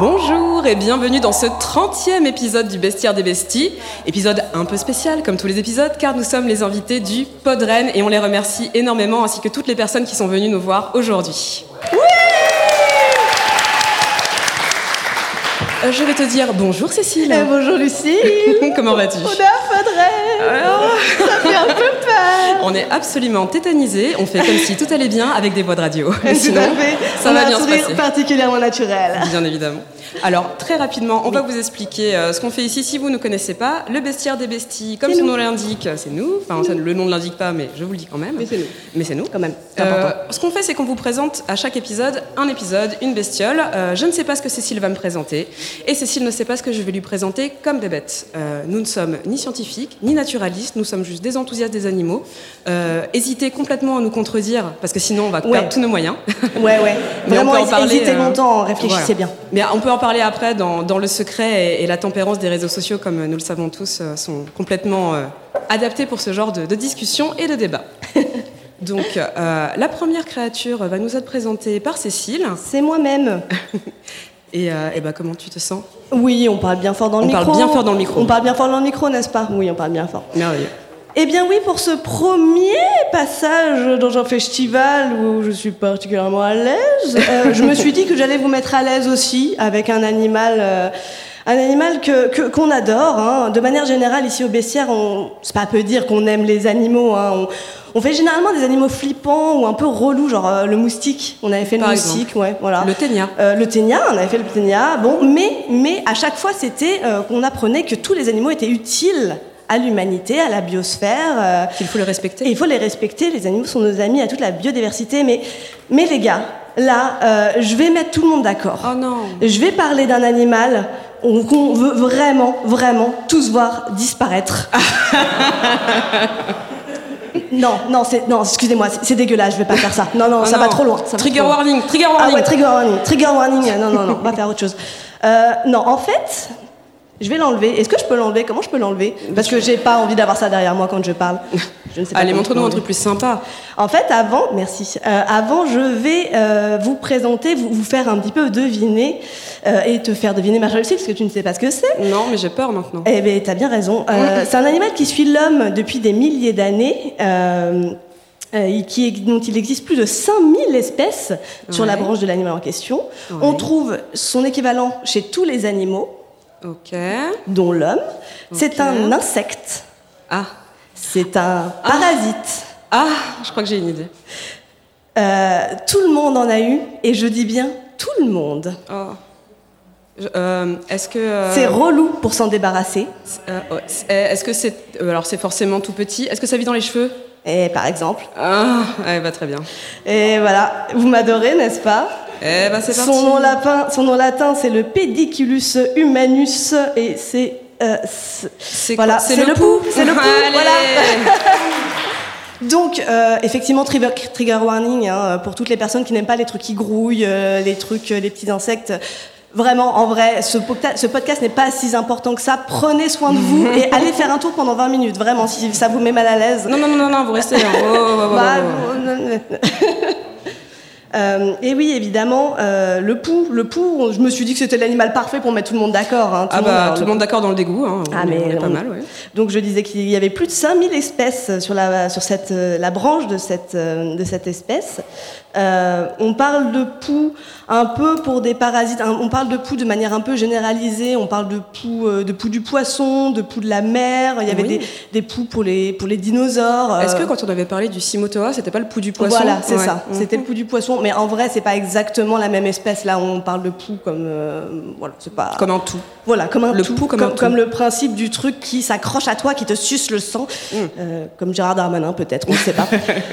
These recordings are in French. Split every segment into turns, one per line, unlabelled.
Bonjour et bienvenue dans ce 30e épisode du Bestiaire des Besties. Épisode un peu spécial comme tous les épisodes car nous sommes les invités du Pod Rennes et on les remercie énormément ainsi que toutes les personnes qui sont venues nous voir aujourd'hui. Euh, je vais te dire bonjour Cécile.
Eh, bonjour Lucie
Comment vas-tu Ah.
On a un faudrait Ça fait un peu peur
On est absolument tétanisés, on fait comme si tout allait bien avec des voix de radio. Mais
Tout
sinon,
à fait
Ça
On
va
a
bien
un
se
sourire
passer.
particulièrement naturel.
Bien évidemment. Alors, très rapidement, on va vous expliquer euh, ce qu'on fait ici. Si vous ne connaissez pas, le bestiaire des besties, comme son nom l'indique, euh, c'est nous. Enfin, ça, le nom ne l'indique pas, mais je vous le dis quand même.
Mais c'est nous.
Mais c'est nous.
Quand même, c'est
Euh,
important.
ce qu'on fait, c'est qu'on vous présente à chaque épisode un épisode, une bestiole. Euh, je ne sais pas ce que Cécile va me présenter, et Cécile ne sait pas ce que je vais lui présenter comme bébête. Euh, nous ne sommes ni scientifiques, ni naturalistes, nous sommes juste des enthousiastes des animaux. Euh, hésitez complètement à nous contredire, parce que sinon on va
Ouais.
perdre tous nos moyens.
Ouais, ouais.
Mais
Vraiment,
on peut en
hési-
parler,
hésitez
euh,
longtemps,
voilà.
réfléchissez bien.
Mais on peut en parler après dans, dans le secret et, et la tempérance des réseaux sociaux, comme euh, nous le savons tous, euh, sont complètement euh, adaptés pour ce genre de, de discussion et de débat. Donc, euh, la première créature va nous être présentée par Cécile.
C'est moi-même.
Et, euh, eh ben, comment tu te sens
Oui, on parle bien fort dans le
On
micro.
parle bien fort dans le micro.
On parle bien fort dans le micro, n'est-ce pas Oui, on parle bien fort.
Merveilleux.
Eh bien oui, pour ce premier passage dans un festival où je suis particulièrement à l'aise, euh, je me suis dit que j'allais vous mettre à l'aise aussi avec un animal, euh, un animal que que- qu'on adore. hein. De manière générale, ici au Bestiaire, on, c'est pas peu dire qu'on aime les animaux. hein. On, on fait généralement des animaux flippants ou un peu relous, genre euh, le moustique. On avait fait le
Par exemple.
moustique, ouais, voilà.
Le ténia.
Euh, le ténia, on avait fait le ténia, bon, mais, mais à chaque fois, c'était euh, qu'on apprenait que tous les animaux étaient utiles à l'humanité, à la biosphère. euh,
Qu'il faut le
et
respecter.
il faut les respecter, les animaux sont nos amis à toute la biodiversité. Mais, mais les gars, là, euh, je vais mettre tout le monde d'accord.
Oh non.
Je vais parler d'un animal on- qu'on veut vraiment, vraiment tous voir disparaître. non, non, c'est, non, excusez-moi, c'est, c'est dégueulasse, je vais pas faire ça. Non, Ah non,
Oh
ça
non.
va trop loin. ça va
Trigger
trop loin.
warning, trigger
Ah
warning.
ouais, trigger warning, trigger warning. Non, non, non, on va faire autre chose. Euh, non, en fait, je vais l'enlever. Est-ce que je peux l'enlever Comment je peux l'enlever Parce que j'ai pas envie d'avoir ça derrière moi quand je parle. Je ne sais pas
Allez,
comment je peux
montre-nous un
l'enlever.
truc plus sympa.
En fait, avant, merci. Euh, avant, je vais euh, vous présenter, vous, vous faire un petit peu deviner euh, et te faire deviner Marshall aussi, parce que tu ne sais pas ce que c'est.
Non, mais j'ai peur maintenant.
Eh bien, t'as bien raison. Euh, C'est un animal qui suit l'homme depuis des milliers d'années. euh, euh, et qui, dont il existe plus de 5000 espèces sur la
Ouais.
branche de l'animal en question.
Ouais.
On trouve son équivalent chez tous les animaux,
Ok.
dont l'homme.
Ok.
C'est un insecte,
Ah.
c'est un parasite.
Ah, je crois que j'ai une idée.
Euh, tout le monde en a eu, et je dis bien tout le monde.
Oh. Je- euh, Est-ce que. euh,
C'est relou pour s'en débarrasser.
Euh, ouais. C'est- Est-ce que c'est euh, alors c'est forcément tout petit Est-ce que ça vit dans les cheveux
Et par exemple.
Ah, elle va très bien.
Et voilà, vous m'adorez, n'est-ce pas
Eh ben c'est parti.
son nom, lapin, son nom latin, c'est le Pediculus humanus, et c'est. euh, c'est-
C'est quoi
voilà,
C'est le, pou.
C'est le pou.
Allez.
Voilà. Donc, euh, effectivement, trigger, trigger warning hein, pour toutes les personnes qui n'aiment pas les trucs qui grouillent, euh, les trucs, euh, les petits insectes. Vraiment, en vrai, ce, pocta- ce podcast n'est pas si important que ça. Prenez soin de vous et allez faire un tour pendant 20 minutes. Vraiment, si ça vous met mal à l'aise.
Non non non non non, vous restez. Hein. Oh, oh, oh, oh, oh,
Bah,
oh.
euh, et oui, évidemment, euh, le pou, le pou. Je me suis dit que c'était l'animal parfait pour mettre tout le monde d'accord. hein. Tout
Ah
le monde
bah
adore
tout le monde d'accord dans le dégoût. Hein.
Ah,
On est-
mais
on est pas
on-
mal, ouais.
Donc je disais qu'il y avait plus de 5000 espèces sur la, sur cette, euh, la branche de cette, euh, de cette espèce. Euh, on parle de poux un peu pour des parasites, un- on parle de poux de manière un peu généralisée, on parle de poux, euh, de poux du poisson, de poux de la mer, il y avait
Oui.
des, des poux pour les, pour les dinosaures.
Est-ce que
euh,
quand on avait parlé du Simotoa, c'était pas le pou du poisson
voilà, c'est
Ouais.
ça.
Mhm.
C'était le poux du poisson, mais en vrai, c'est pas exactement la même espèce. Là, on parle de poux comme, euh, voilà, c'est pas.
comme un tout.
Voilà, comme un
Le
tout,
pou comme
comme,
un tout.
comme le principe du truc qui s'accroche à toi, qui te suce le sang,
Mm.
Euh, comme Gérard Darmanin peut-être, on ne sait pas.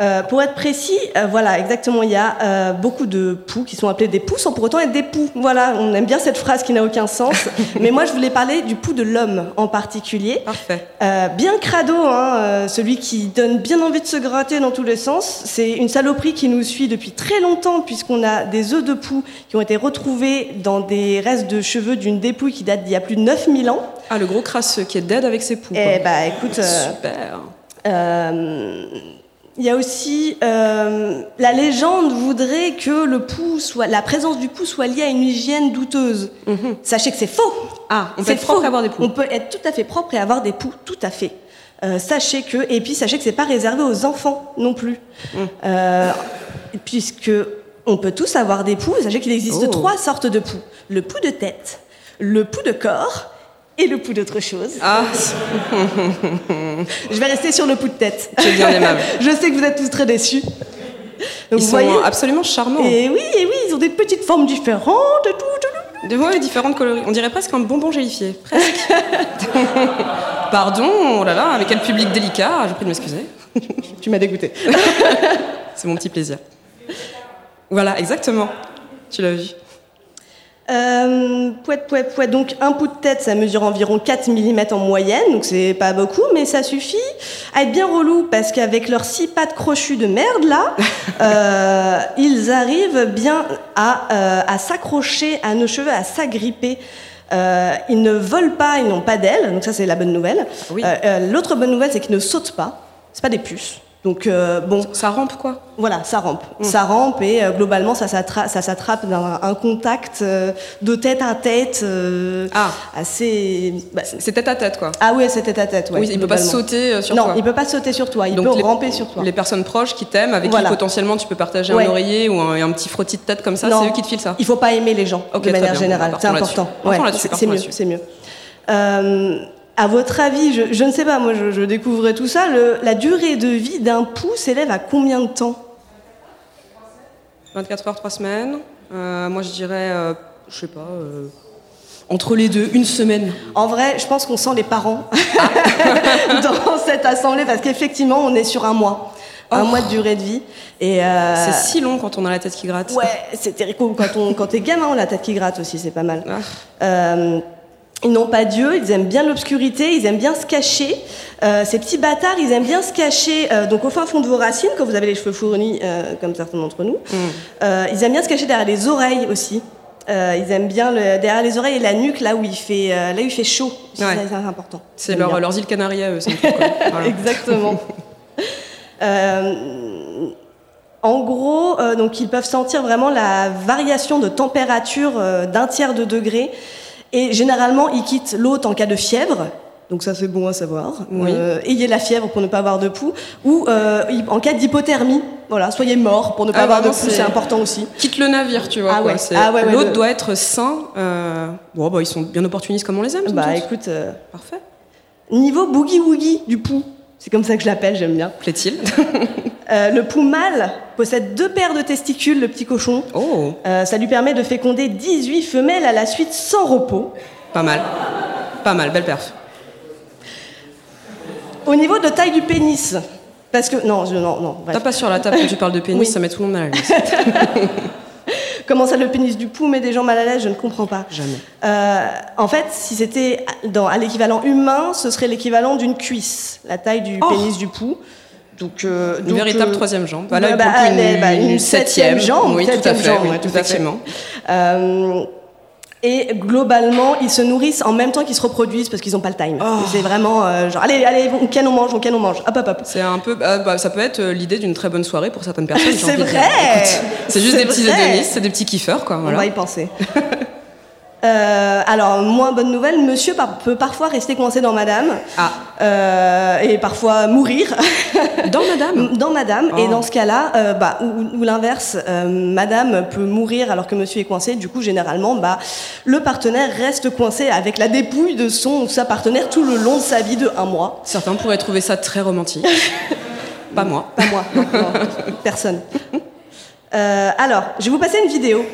Euh, pour être précis, euh, voilà, exactement, il y a euh, beaucoup de poux qui sont appelés des poux sans pour autant être des poux. Voilà, on aime bien cette phrase qui n'a aucun sens. Mais moi, je voulais parler du poux de l'homme en particulier.
Parfait.
Euh, bien crado, hein, euh, celui qui donne bien envie de se gratter dans tous les sens. C'est une saloperie qui nous suit depuis très longtemps, puisqu'on a des œufs de poux qui ont été retrouvés dans des restes de cheveux d'une dépouille qui date d'il y a plus de 9000 ans.
Ah le gros
bah,
crasseux qui est dead avec ses poux.
Eh bah écoute, euh,
Super.
euh, Il y a aussi euh, la légende voudrait que le pouls soit, la présence du pouls soit liée à une hygiène douteuse.
Mhm.
Sachez que c'est faux.
Ah, on peut
C'est
être propre
faux.
et avoir des poux.
On peut être tout à fait propre et avoir des poux, tout à fait. Euh, sachez que, et puis sachez que c'est pas réservé aux enfants non plus,
Hum.
Euh, puisque on peut tous avoir des poux. Sachez qu'il existe
Oh.
trois sortes de poux le poux de tête, le poux de corps et le poux d'autre chose.
Ah,
Je vais rester sur le poux de tête.
C'est bien aimable.
Je sais que vous êtes tous très déçus. Donc
ils
vous
sont
voyez,
absolument charmants.
et oui, et oui, ils ont des petites formes différentes. et tout, tout, tout.
De voir les différentes coloris. On dirait presque un bonbon gélifié. Presque. Pardon, oh là là, mais quel public délicat. Je vous prie de m'excuser.
Tu m'as dégoûté.
C'est mon petit plaisir. Voilà, exactement. Tu l'as vu.
Euh, pouet, pouet, pouet. Donc, un pouls de tête, ça mesure environ 4 mm en moyenne, donc c'est pas beaucoup, mais ça suffit à être bien relou parce qu'avec leurs six pattes crochues de merde, là, euh, ils arrivent bien à, euh, à s'accrocher à nos cheveux, à s'agripper. Euh, ils ne volent pas, ils n'ont pas d'ailes, donc ça, c'est la bonne nouvelle.
Oui.
Euh, euh, L'autre bonne nouvelle, c'est qu'ils ne sautent pas, c'est pas des puces. Donc, euh, bon,
Ça rampe quoi
voilà, ça rampe.
Mm.
Ça rampe et euh, globalement, ça s'attra- ça s'attrape d'un un contact euh, de tête à tête euh,
Ah.
assez. bah,
C'est tête à tête quoi.
ah ouais, c'est tête à tête. Ouais,
oui, il peut pas
globalement.
sauter euh, sur
non,
toi.
il peut pas sauter sur toi. Il peut
les,
ramper sur toi.
Les personnes proches qui t'aiment, avec
Voilà.
qui potentiellement tu peux partager
Ouais.
un oreiller ou un, un petit frottis de tête comme ça,
Non.
c'est eux qui te filent ça.
Il faut pas aimer les gens
Ok,
de
très
manière
bien.
générale.
Partons
C'est
là-dessus.
important.
Partons là-dessus,
c'est-
partons
c'est mieux.
là-dessus.
C'est mieux. Euh, à votre avis, je, je ne sais pas. Moi, je, je découvre tout ça. le- la durée de vie d'un pouls s'élève à combien de temps
24 heures, 3 semaines. Euh, moi je dirais, euh, je sais pas, euh, entre les deux, une semaine.
En vrai, je pense qu'on sent les parents dans cette assemblée parce qu'effectivement, on est sur un mois. Un
Oh.
mois de durée de vie. Et euh,
C'est si long quand on a la tête qui gratte.
ouais, c'est terrible. Quand, on, quand t'es gamin, on a la tête qui gratte aussi, c'est pas mal.
Ah.
Euh, ils n'ont pas Dieu, ils aiment bien l'obscurité, ils aiment bien se cacher. Euh, ces petits bâtards, ils aiment bien se cacher euh, donc au fin fond de vos racines, quand vous avez les cheveux fournis, euh, comme certains d'entre nous.
Mm.
Euh, ils aiment bien se cacher derrière les oreilles aussi. Euh, ils aiment bien le- derrière les oreilles et la nuque, là où il fait, euh, là où il fait chaud. C'est
Ouais.
c'est important.
C'est
J'aime
leur-
bien.
leurs îles Canaries à eux, c'est un truc, quoi. Voilà.
Exactement. Euh, en gros, euh, donc ils peuvent sentir vraiment la variation de température euh, d'un tiers de degré. Et généralement, ils quittent l'hôte en cas de fièvre. Donc ça, c'est bon à savoir.
Oui.
Euh, ayez la fièvre pour ne pas avoir de poux. Ou euh, en cas d'hypothermie. Voilà, soyez mort pour ne pas
Ah,
avoir de poux,
vraiment,
c'est
c'est-
important aussi.
Quitte le navire, tu vois.
Ah
quoi.
ouais.
C'est-
Ah ouais, ouais,
L'autre
le-
doit être sain. euh, Bon, bah, ils sont bien opportunistes comme on les aime. sans
Bah
doute.
écoute, euh,
Parfait.
niveau boogie-woogie du poux. C'est comme ça que je l'appelle, j'aime bien.
Plaît-il
Euh, le poux mâle possède deux paires de testicules, le petit cochon.
Oh,
Euh, ça lui permet de féconder 18 femelles à la suite sans repos.
pas mal. Pas mal, belle perf.
Au niveau de taille du pénis, parce que non, je, non, non, bref.
T'as pas sur la table quand tu parles de pénis,
Oui.
ça met tout le monde mal à l'aise.
Comment ça, le pénis du pou met des gens mal à l'aise Je ne comprends pas.
Jamais.
Euh, en fait, si c'était dans, à l'équivalent humain, ce serait l'équivalent d'une cuisse, la taille du
Oh
pénis du pou. Donc, euh,
Une
donc,
véritable
euh,
troisième jambe. Bah, là,
bah,
pour le coup,
allez,
une,
bah,
une septième
jambe,
Oui, tout à
septième
fait.
jambe,
oui,
ouais,
tout
tout à fait.
effectivement.
Euh, et globalement, ils se nourrissent en même temps qu'ils se reproduisent parce qu'ils n'ont pas le time.
Oh.
C'est vraiment euh, genre, allez, allez, on canne, on mange, on canne, on mange. Hop, hop, hop.
C'est un peu, bah, bah, ça peut être euh, l'idée d'une très bonne soirée pour certaines personnes. j'ai
C'est
envie de dire.
vrai
Écoute, C'est juste
C'est
des petits
vrai
hédonistes, c'est des petits kiffeurs, quoi.
On va
Voilà.
y penser. Euh, alors, moins bonne nouvelle, monsieur par- peut parfois rester coincé dans madame.
Ah.
Euh, et parfois mourir
Dans Madame.
dans madame. Et
Oh.
dans ce cas-là, euh, bah, ou, ou l'inverse, euh, madame peut mourir alors que monsieur est coincé. Du coup, généralement, bah, le partenaire reste coincé avec la dépouille de son ou sa partenaire tout le long de sa vie de un mois.
Certains pourraient trouver ça très romantique. pas moi.
Pas moi, non, non, personne. Euh, alors, je vais vous passer une vidéo.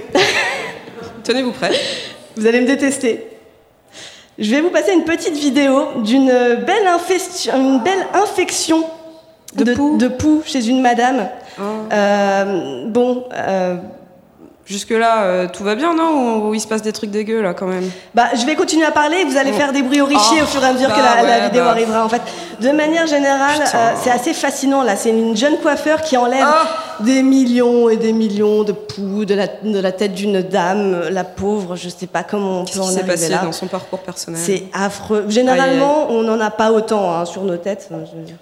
Tenez-vous prêts.
Vous allez me détester. Je vais vous passer une petite vidéo d'une belle, infesti- une belle infection
De poux.
poux chez une madame.
Oh.
Euh, bon, euh,
Jusque-là, euh, tout va bien, non ou, ou il se passe des trucs dégueux, là, quand même
bah, je vais continuer à parler et vous allez faire des bruits horrifiés
Oh.
au fur et à mesure que
Bah
la, la
ouais,
vidéo
bah.
arrivera. En fait, de manière générale,
Putain.
euh, c'est assez fascinant. Là, c'est une jeune coiffeur qui enlève
Ah.
des millions et des millions de poux, de la, de la tête d'une dame, la pauvre, je sais pas comment on peut
Qu'est-ce
en
qui s'est
arriver
passé
là.
dans son parcours personnel
C'est affreux. Généralement, on n'en a pas autant hein, sur nos têtes.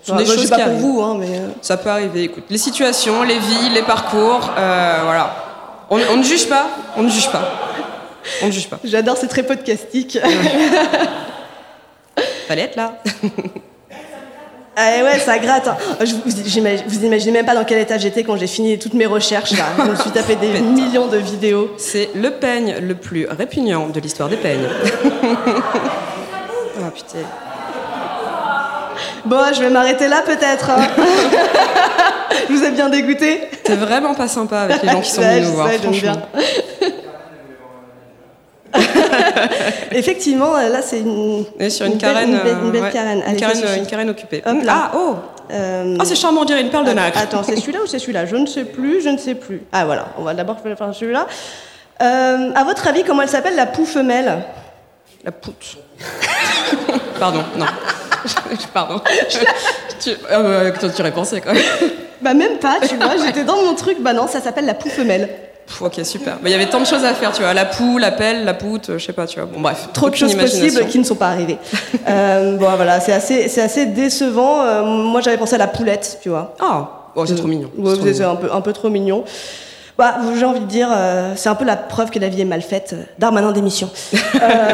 sont des
je
choses
sais pas
qui
pour
arrivent.
vous, hein, mais. euh,
Ça peut arriver, écoute. Les situations, les vies, les parcours, euh, voilà. On, on ne juge pas, on ne juge pas. On ne juge pas.
J'adore, c'est très podcastique.
Fallait être là.
Ah ouais, ça gratte. hein. Je vous, j'imagine- vous imaginez même pas dans quel état j'étais quand j'ai fini toutes mes recherches là. Je me suis tapé des millions de vidéos.
C'est le peigne le plus répugnant de l'histoire des peignes. Ah putain.
Bon, je vais m'arrêter là peut-être. hein. je vous ai bien dégoûté.
T'es vraiment pas sympa avec les gens qui sont
Ouais,
venus
je
nous voir,
sais, j'aime
franchement.
Effectivement, euh, là c'est une.
On est sur une,
belle-
carène.
Une belle, une belle
euh, ouais.
carène.
Une
Allez,
carène,
ça
euh,
suffit.
une carène occupée.
Hop là.
Ah, oh
Euh,
Ah, c'est charmant, on dirait une perle de nacre.
Attends, c'est celui-là ou c'est celui-là Je ne sais plus, je ne sais plus. Ah voilà, on va d'abord faire celui-là. Euh, à votre avis, comment elle s'appelle la poux femelle
La poutre. Pardon, non. Je- je- Pardon. tu, ah bah, toi, tu aurais pensé quand même.
Bah même pas, tu vois, j'étais dans mon truc. Bah non, ça s'appelle la poux femelle.
Pff, ok, super. Mais Il y avait tant de choses à faire, tu vois. La poule, la pelle, la poutre, euh, je sais pas, tu vois. Bon, bref.
Trop de
aucune
choses possibles
imagination.
qui ne sont pas arrivées. Euh, bon voilà, c'est assez, c'est assez décevant. Euh, moi j'avais pensé à la poulette, tu vois.
Ah, oh, c'est trop mignon.
Euh, Ouais,
c'est trop
vous êtes
mignon.
un peu, un peu trop mignon. Bah, j'ai envie de dire, euh, c'est un peu la preuve que la vie est mal faite. Darmanin d'émission. Euh,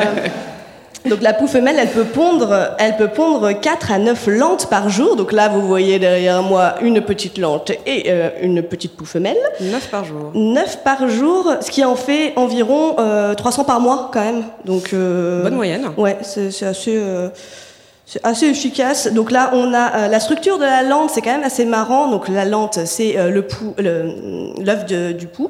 donc la poule femelle, elle peut pondre, elle peut pondre 4 à 9 lentes par jour. Donc là, vous voyez derrière moi une petite lente et euh, une petite poule femelle.
Neuf par jour.
9 par jour, ce qui en fait environ euh, 300 par mois quand même. Donc, euh,
Bonne moyenne.
Ouais, c'est c'est assez, euh, c'est assez efficace. Donc là, on a euh, la structure de la lente, c'est quand même assez marrant. Donc la lente, c'est euh, le pou- le- l'œuf de- du pou.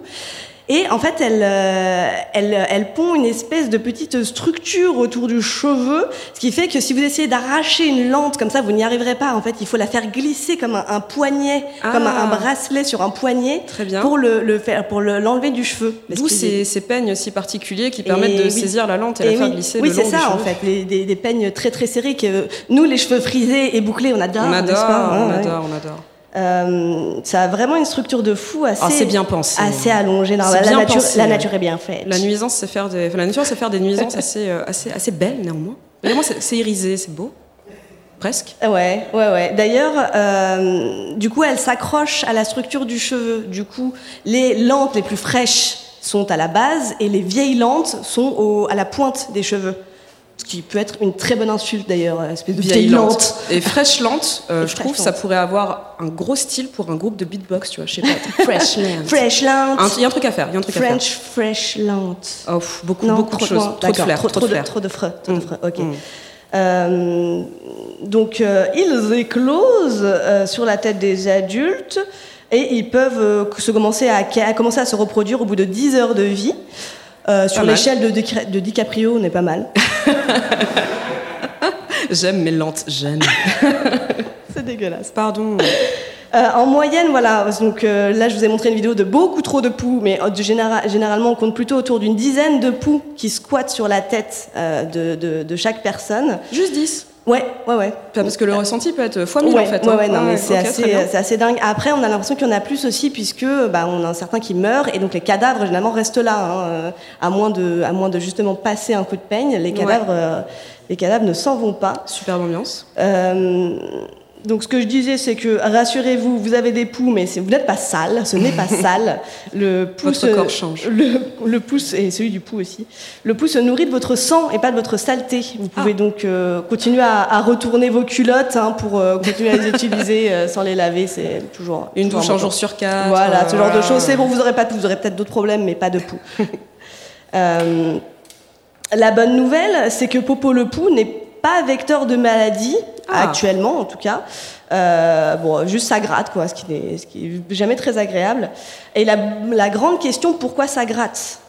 Et en fait, elle, euh, elle, elle pond une espèce de petite structure autour du cheveu, ce qui fait que si vous essayez d'arracher une lente comme ça, vous n'y arriverez pas. En fait, il faut la faire glisser comme un, un poignet,
Ah.
comme un, un bracelet sur un poignet,
Très bien.
pour le, le faire, pour le- l'enlever du cheveu. Parce
D'où
que
ces,
j'ai-
ces peignes si particuliers qui permettent de
oui.
saisir la lente et, la
eh
faire
oui,
glisser
oui
le long
c'est
du
ça en
cheveu.
fait, les- des, des peignes très très serrées que nous, les cheveux frisés et bouclés, on adore.
On adore,
Ah, n'est-ce pas
on
Ouais, ouais.
adore, on adore.
Euh, ça a vraiment une structure de fou assez,
Ah, c'est bien pensé.
assez allongée. Non,
C'est
la, la
bien
nature,
pensé.
la nature est bien faite.
La nuisance, c'est faire des, enfin, la nature, c'est faire des nuisances assez, euh, assez, assez belles néanmoins. Néanmoins, c'est c'est irisé, c'est beau, presque.
Ouais, ouais, ouais. D'ailleurs, euh, du coup, elle s'accroche à la structure du cheveu. Du coup, les lentes les plus fraîches sont à la base et les vieilles lentes sont au- à la pointe des cheveux. Ce qui peut être une très bonne insulte d'ailleurs, euh, espèce de vieille lente.
et fraîche lente. euh,
Et
je
fraîche
trouve ça
lente.
pourrait avoir un gros style pour un groupe de beatbox, tu vois. Je sais pas. Fresh lente.
Fresh lente.
Un- Il y a un truc à faire. Il y a un truc à faire.
French fresh lente.
Oh, pff, beaucoup, beaucoup de
trop
choses,
loin.
trop de
D'accord,
flair,
trop,
trop de flair.
trop de fre- trop de
Mm.
fre- ok.
Mm.
Euh, donc, euh, ils éclosent euh, sur la tête des adultes et ils peuvent euh, se commencer à, à commencer à se reproduire au bout de 10 heures de vie. Euh, sur
mal.
l'échelle de, Dicra- de DiCaprio, on est pas mal.
J'aime mes lentes gênes.
C'est dégueulasse.
Pardon.
Euh, en moyenne, voilà. Donc euh, là, je vous ai montré une vidéo de beaucoup trop de poux, mais euh, de généra- généralement, on compte plutôt autour d'une dizaine de poux qui squattent sur la tête euh, de, de- de chaque personne.
Juste 10
Ouais, ouais, ouais.
Enfin, parce que le ressenti peut être fois mille
ouais,
en fait.
ouais,
hein.
ouais, non, mais c'est
ok,
assez,
très bien.
euh, c'est assez dingue. Après, on a l'impression qu'il y en a plus aussi, puisque bah, on a certains qui meurent, et donc les cadavres généralement restent là, hein, euh, à moins de, à moins de justement passer un coup de peigne, les cadavres, euh, les cadavres ne s'en vont pas.
Superbe ambiance.
Euh, donc ce que je disais, c'est que rassurez-vous, vous avez des poux, mais c'est- vous n'êtes pas sale, ce n'est pas sale. Le pouce,
Votre corps change.
Le, le pouce, et celui du pouls aussi, le pouce se nourrit de votre sang et pas de votre saleté. Vous pouvez
Ah.
donc euh, continuer à, à retourner vos culottes hein, pour euh, continuer à les utiliser euh, sans les laver, c'est toujours...
Une
toujours
douche un
important.
jour sur quatre.
Voilà,
euh,
ce genre de
voilà.
choses. C'est bon, vous aurez pas de poux, vous aurez peut-être d'autres problèmes, mais pas de poux. Euh, la bonne nouvelle, c'est que Popo le poux n'est pas vecteur de maladie,
Ah.
actuellement en tout cas. Euh, bon, juste ça gratte, quoi, ce qui n'est ce qui est jamais très agréable. Et la, la grande question, pourquoi ça gratte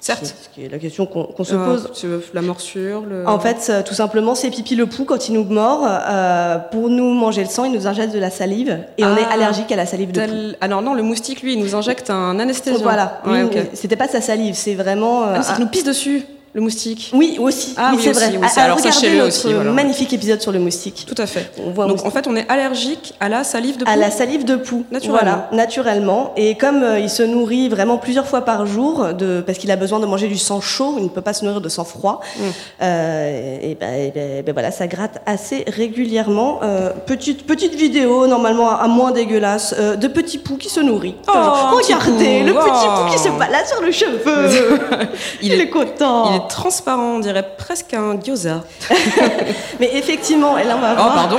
Certes.
Ce qui est la question qu'on qu'on se
Euh,
pose
tu veux la morsure, le...
en fait, euh, tout simplement, c'est pipi le pou quand il nous mord. euh, pour nous manger le sang, il nous injecte de la salive et on
Ah.
est allergique à la salive de pou.
Tel- Alors non, le moustique, lui, il nous injecte un anesthésiant.
Voilà,
Ouais,
Lui,
ok.
c'était pas sa salive, c'est vraiment. euh,
Ah, c'est qu'il nous pisse dessus. le moustique
Oui, aussi.
Ah
oui,
oui,
c'est
aussi,
vrai.
oui,
Ah,
c'est- alors ça,
regardez
chez eux
notre
aussi, voilà.
magnifique épisode sur le moustique.
Tout à fait.
On voit un
Donc
moustique.
en fait, on est allergique à la salive de
À
poule.
la salive de poux.
Naturellement.
Voilà, naturellement. Et comme euh, il se nourrit vraiment plusieurs fois par jour, de, parce qu'il a besoin de manger du sang chaud, il ne peut pas se nourrir de sang froid,
Mm.
euh, et, ben, et ben- et ben voilà, ça gratte assez régulièrement. Euh, petite, petite vidéo, normalement à, à moins dégueulasse, euh, de petit poux qui se nourrit.
Oh, un petit
regardez,
pou,
le petit
oh.
poux qui se balade sur le cheveu. il,
Il est-
est content.
Il est transparent, on dirait presque un gyoza.
Mais effectivement, et là on va
Oh,
voir.
pardon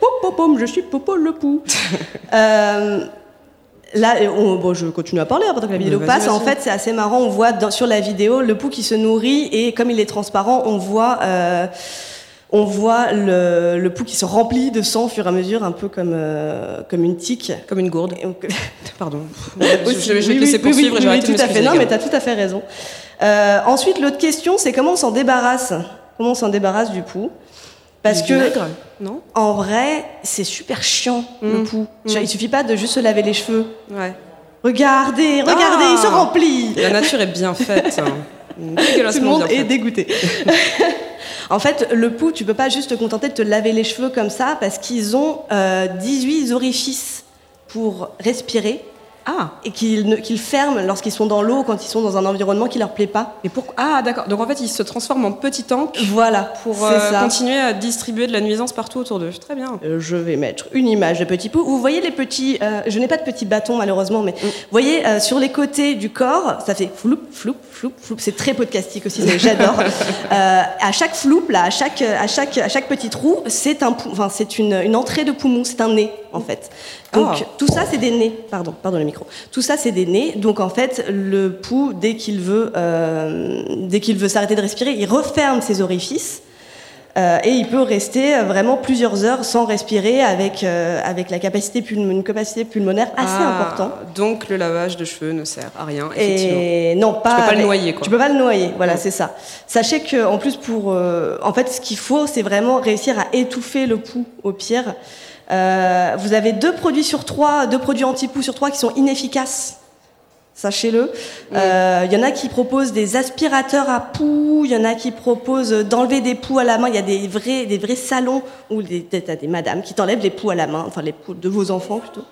Pom, pom, pom, je suis Popo le Pou. Euh, Là, et on- bon, je continue à parler hein, pendant que la vidéo
vas-y,
passe. En
vas-y.
fait, c'est assez marrant. On voit dans- sur la vidéo le pou qui se nourrit et comme il est transparent, on voit, euh, on voit le, le pou qui se remplit de sang au fur et à mesure, un peu comme, euh, comme une tique.
Comme une gourde.
Et donc-
Pardon. Je,
aussi.
je vais te laisser
Oui, oui, oui,
poursuivre
oui,
et je vais
oui,
arrêter de
tout à fait.
m'excuser,
Non, mais
Gaëlle.
t'as tout à fait raison. Euh, ensuite, l'autre question, c'est comment on s'en débarrasse Comment on s'en débarrasse du pou Parce
Du
que
vinaigre, Mm. non
en vrai, c'est super chiant le pou. Genre, Il suffit pas de juste se laver les cheveux.
Ouais.
Regardez, regardez,
Ah.
il se remplit.
La nature est bien faite. hein.
Tout le
Dégueulassement bien
monde est
faite.
dégoûté. en fait, le pou, tu peux pas juste te contenter de te laver les cheveux comme ça parce qu'ils ont euh, 18 orifices pour respirer
Ah
et qu'ils ne- qu'ils ferment lorsqu'ils sont dans l'eau, quand ils sont dans un environnement qui leur plaît pas.
et pourquoi Ah d'accord. Donc en fait, ils se transforment en petits tanks
Voilà, pour
pour euh, continuer à distribuer de la nuisance partout autour d'eux. Très bien.
Euh, Je vais mettre une image de petit pou. Vous voyez les petits, euh, je n'ai pas de petits bâtons malheureusement, mais vous voyez euh, sur les côtés du corps, ça fait floup, floup, floup, floup. C'est très podcastique aussi, ça, j'adore. Euh, à chaque floup, là, à chaque, à chaque, à chaque petit trou, c'est un, pou- enfin c'est une, une entrée de poumon, c'est un nez en fait. Donc
Ah.
tout ça c'est des nez. Pardon, pardon le micro. Tout ça c'est des nez. Donc en fait le pou dès qu'il veut, euh, dès qu'il veut s'arrêter de respirer, il referme ses orifices. Euh, et il peut rester euh, vraiment plusieurs heures sans respirer avec, euh, avec la capacité pulmo- une capacité pulmonaire assez
Ah,
importante.
Donc le lavage de cheveux ne sert à rien. Effectivement.
Et non, pas.
peux pas le
avec-
noyer, quoi.
Tu peux pas le noyer, voilà,
Ouais.
c'est ça. Sachez que, en plus, pour. euh, en fait, ce qu'il faut, c'est vraiment réussir à étouffer le pouls, au pire. Euh, vous avez deux produits sur trois, deux produits anti-poux sur trois qui sont inefficaces. Sachez-le. Euh, Il y en a qui proposent des aspirateurs à poux, il y en a qui proposent d'enlever des poux à la main. Il y a des vrais, des vrais salons où des, des, t'as des madames qui t'enlèvent les poux à la main, enfin les poux de vos enfants plutôt.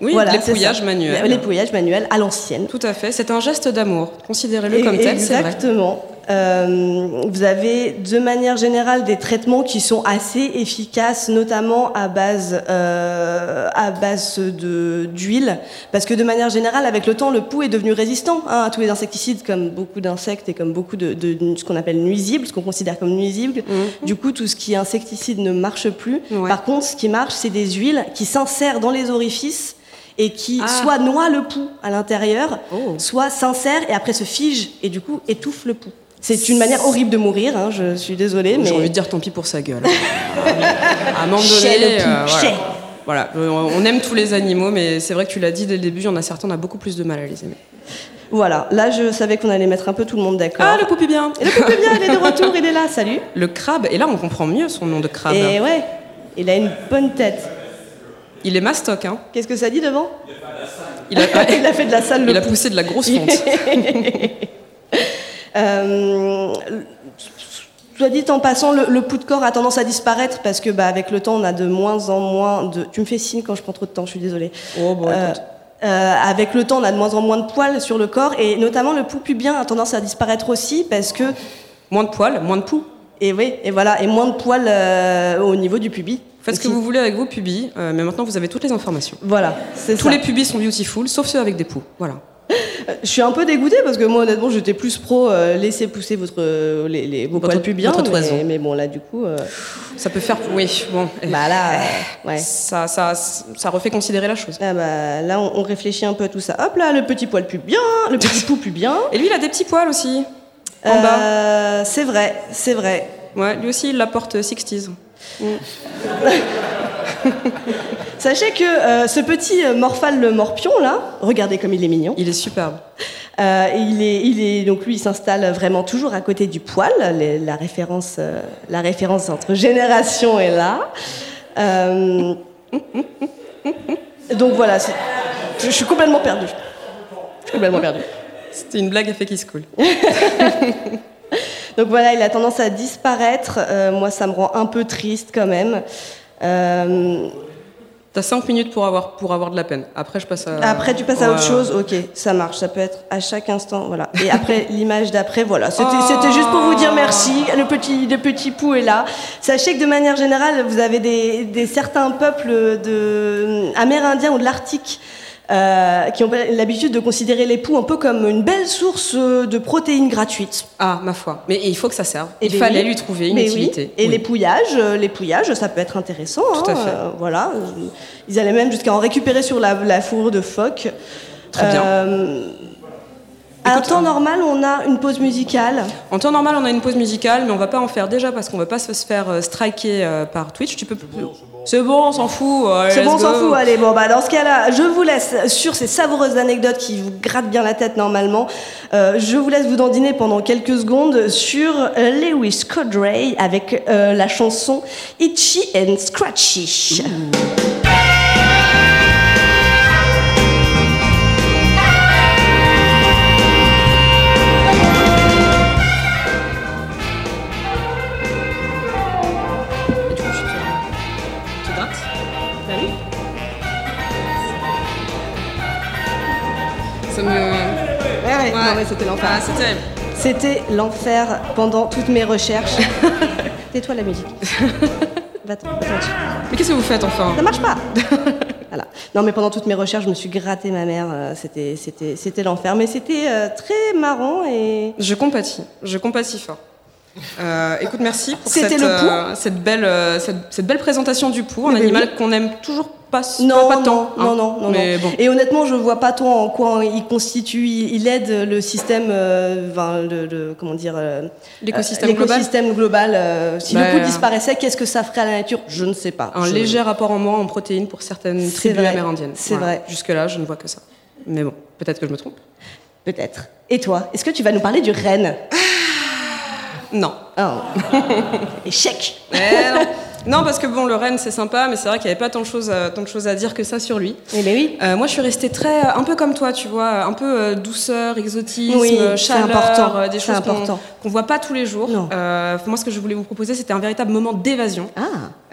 Oui,
Voilà, c'est
l'épouillage
ça.
manuel.
L'épouillage manuel à l'ancienne.
Tout à fait. C'est un geste d'amour. Considérez-le comme tel, c'est vrai.
Exactement. Euh, vous avez de manière générale des traitements qui sont assez efficaces, notamment à base euh, à base de d'huile, parce que de manière générale, avec le temps, le pou est devenu résistant hein, à tous les insecticides, comme beaucoup d'insectes et comme beaucoup de, de- de ce qu'on appelle nuisibles, ce qu'on considère comme nuisibles. Du coup, tout ce qui est insecticide ne marche plus.
Mmh. Ouais.
Par contre, ce qui marche, c'est des huiles qui s'insèrent dans les orifices et qui
Ah.
soit noient le pou à l'intérieur,
Oh.
soit sincère et après se fige et du coup étouffe le pouls. C'est une manière horrible de mourir, hein, je suis désolée, mais
J'ai envie de dire tant pis pour sa gueule. Ah, à un moment
Chez
donné,
le
euh,
pou,
voilà.
chez.
Voilà, euh, on aime tous les animaux, mais c'est vrai que tu l'as dit dès le début, il y en a certains, on a beaucoup plus de mal à les aimer.
voilà, là je savais qu'on allait mettre un peu tout le monde d'accord.
Ah, le poupée bien
Et le couple bien, il est de retour, il est là, salut.
Le crabe, et là on comprend mieux son nom de crabe.
Et ouais, il a une bonne tête.
Il est mastoc, hein.
Qu'est-ce que ça dit devant
Il a,
Il a fait de la salle
il
le
a poussé de la grosse fonte.
Euh, soit dit en passant, le, le pouls de corps a tendance à disparaître parce que, bah, avec le temps, on a de moins en moins de. Tu me fais signe quand je prends trop de temps, je suis désolée.
Oh, bon,
Euh,
écoute.
euh, avec le temps, on a de moins en moins de poils sur le corps et notamment le pouls pubien a tendance à disparaître aussi parce que
Moins de poils, moins de poux.
et oui et voilà et moins de poils euh, au niveau du pubis.
Faites ce que
aussi.
vous voulez avec vos pubis, euh, mais maintenant vous avez toutes les informations.
Voilà, c'est
Tous
ça.
les pubis sont beautiful, sauf ceux avec des poux. Voilà.
Euh, Je suis un peu dégoûtée parce que moi honnêtement j'étais plus pro euh, laisser pousser votre euh, les, les- vos
Votre-
poils pubiens
votre toison.
mais, mais bon là du coup euh,
Ça peut faire. Oui, bon. eh,
bah là euh, ouais.
Ça, ça, ça refait considérer la chose.
Ah bah, là on, on réfléchit un peu à tout ça. Hop là le petit poil pubien, le petit pou pubien.
Et lui, il a des petits poils aussi. En bas.
Euh, c'est vrai, c'est vrai.
Ouais, lui aussi, il la porte 60s.
Sachez que euh, ce petit euh, Morphal le Morpion là, regardez comme il est mignon.
Il est superbe.
Euh, il est, il est donc lui, il s'installe vraiment toujours à côté du poil. Les- la référence, euh, la référence entre générations est là. Euh, donc voilà, c'est- je, je suis complètement perdue. Je suis complètement perdue.
C'était une blague à fait qui se coule.
Donc voilà, il a tendance à disparaître. Euh, moi, ça me rend un peu triste quand même. Euh,
T'as 5 minutes pour avoir, pour avoir de la peine. Après, je passe à.
Après, tu passes
Euh,
à
Ouais.
autre chose, ok, ça marche, ça peut être à chaque instant, voilà. Et après, l'image d'après, voilà. C'était
Oh.
c'était juste pour vous dire merci, le petit, le petit pouls est là. Sachez que de manière générale, vous avez des, des certains peuples de, amérindiens ou de l'Arctique. euh, qui ont l'habitude de considérer les poux un peu comme une belle source euh, de protéines gratuites.
Ah, ma foi. Mais il faut que ça serve.
Eh
il
ben
fallait
oui.
lui trouver une
Mais oui.
utilité.
Et
Oui.
les pouillages, euh, les pouillages, ça peut être intéressant.
Tout à
hein,
fait.
euh, voilà, ils allaient même jusqu'à en récupérer sur la, la fourrure de phoque.
Très bien.
Euh, à un
Écoute,
temps
euh,
normal, on a une pause musicale.
En temps normal, on a une pause musicale, mais on va pas en faire déjà parce qu'on va pas se faire euh, striker euh, par Twitch. Tu peux. C'est bon, on s'en fout. euh,
C'est
let's
bon, on s'en
go.
fout. Allez, bon, bah, dans ce cas-là, je vous laisse sur ces savoureuses anecdotes qui vous grattent bien la tête normalement. Euh, je vous laisse vous dandiner pendant quelques secondes sur euh, Lewis Codray avec euh, la chanson Itchy and Scratchy.
Et du coup, tu te- tu grattes. Ça me.
Ouais, ouais, non, mais c'était l'enfer.
Ah, c'est terrible.
C'était l'enfer pendant toutes mes recherches. Tais-toi la musique. Va-t'en, va-t'en.
Mais qu'est-ce que vous faites enfin
Ça marche pas. voilà. Non, mais pendant toutes mes recherches, je me suis gratté ma mère. euh, C'était, c'était, c'était l'enfer. Mais c'était euh, très marrant et.
Je compatis, je compatis fort. Euh, écoute, merci pour
C'était
cette,
le
euh, cette, belle, euh, cette, cette belle présentation du pou, un
Mais
animal
oui.
qu'on aime toujours pas,
Non,
pas
non,
tant. hein.
non, non, non,
Mais
non.
bon.
Et honnêtement, je vois pas tant en quoi il constitue, il aide le système, euh, enfin, le, le- comment dire, euh,
L'écosystème
euh,
global.
l'écosystème global, euh, si
Bah,
le coup disparaissait, qu'est-ce que ça ferait à la nature Je ne sais pas.
Un
Je-
léger apport en moins en protéines pour certaines
C'est
tribus
vrai,
amérindiennes.
c'est vrai.
Jusque-là, je ne vois que ça. Mais bon, peut-être que je me trompe.
Peut-être. Et toi, est-ce que tu vas nous parler du renne
Non.
Oh. Échec
Eh, non. Non, parce que bon, le renne, c'est sympa, mais c'est vrai qu'il n'y avait pas tant de, choses à, tant de choses à dire que ça sur lui.
Eh ben oui.
Euh, moi, je suis restée très, euh, un peu comme toi, tu vois, un peu euh, douceur, exotisme,
Oui,
euh,
c'est
chaleur,
important,
euh, des
c'est
choses qu'on
important.
qu'on voit pas tous les jours.
Non.
Euh, moi, ce que je voulais vous proposer, c'était un véritable moment d'évasion.
Ah,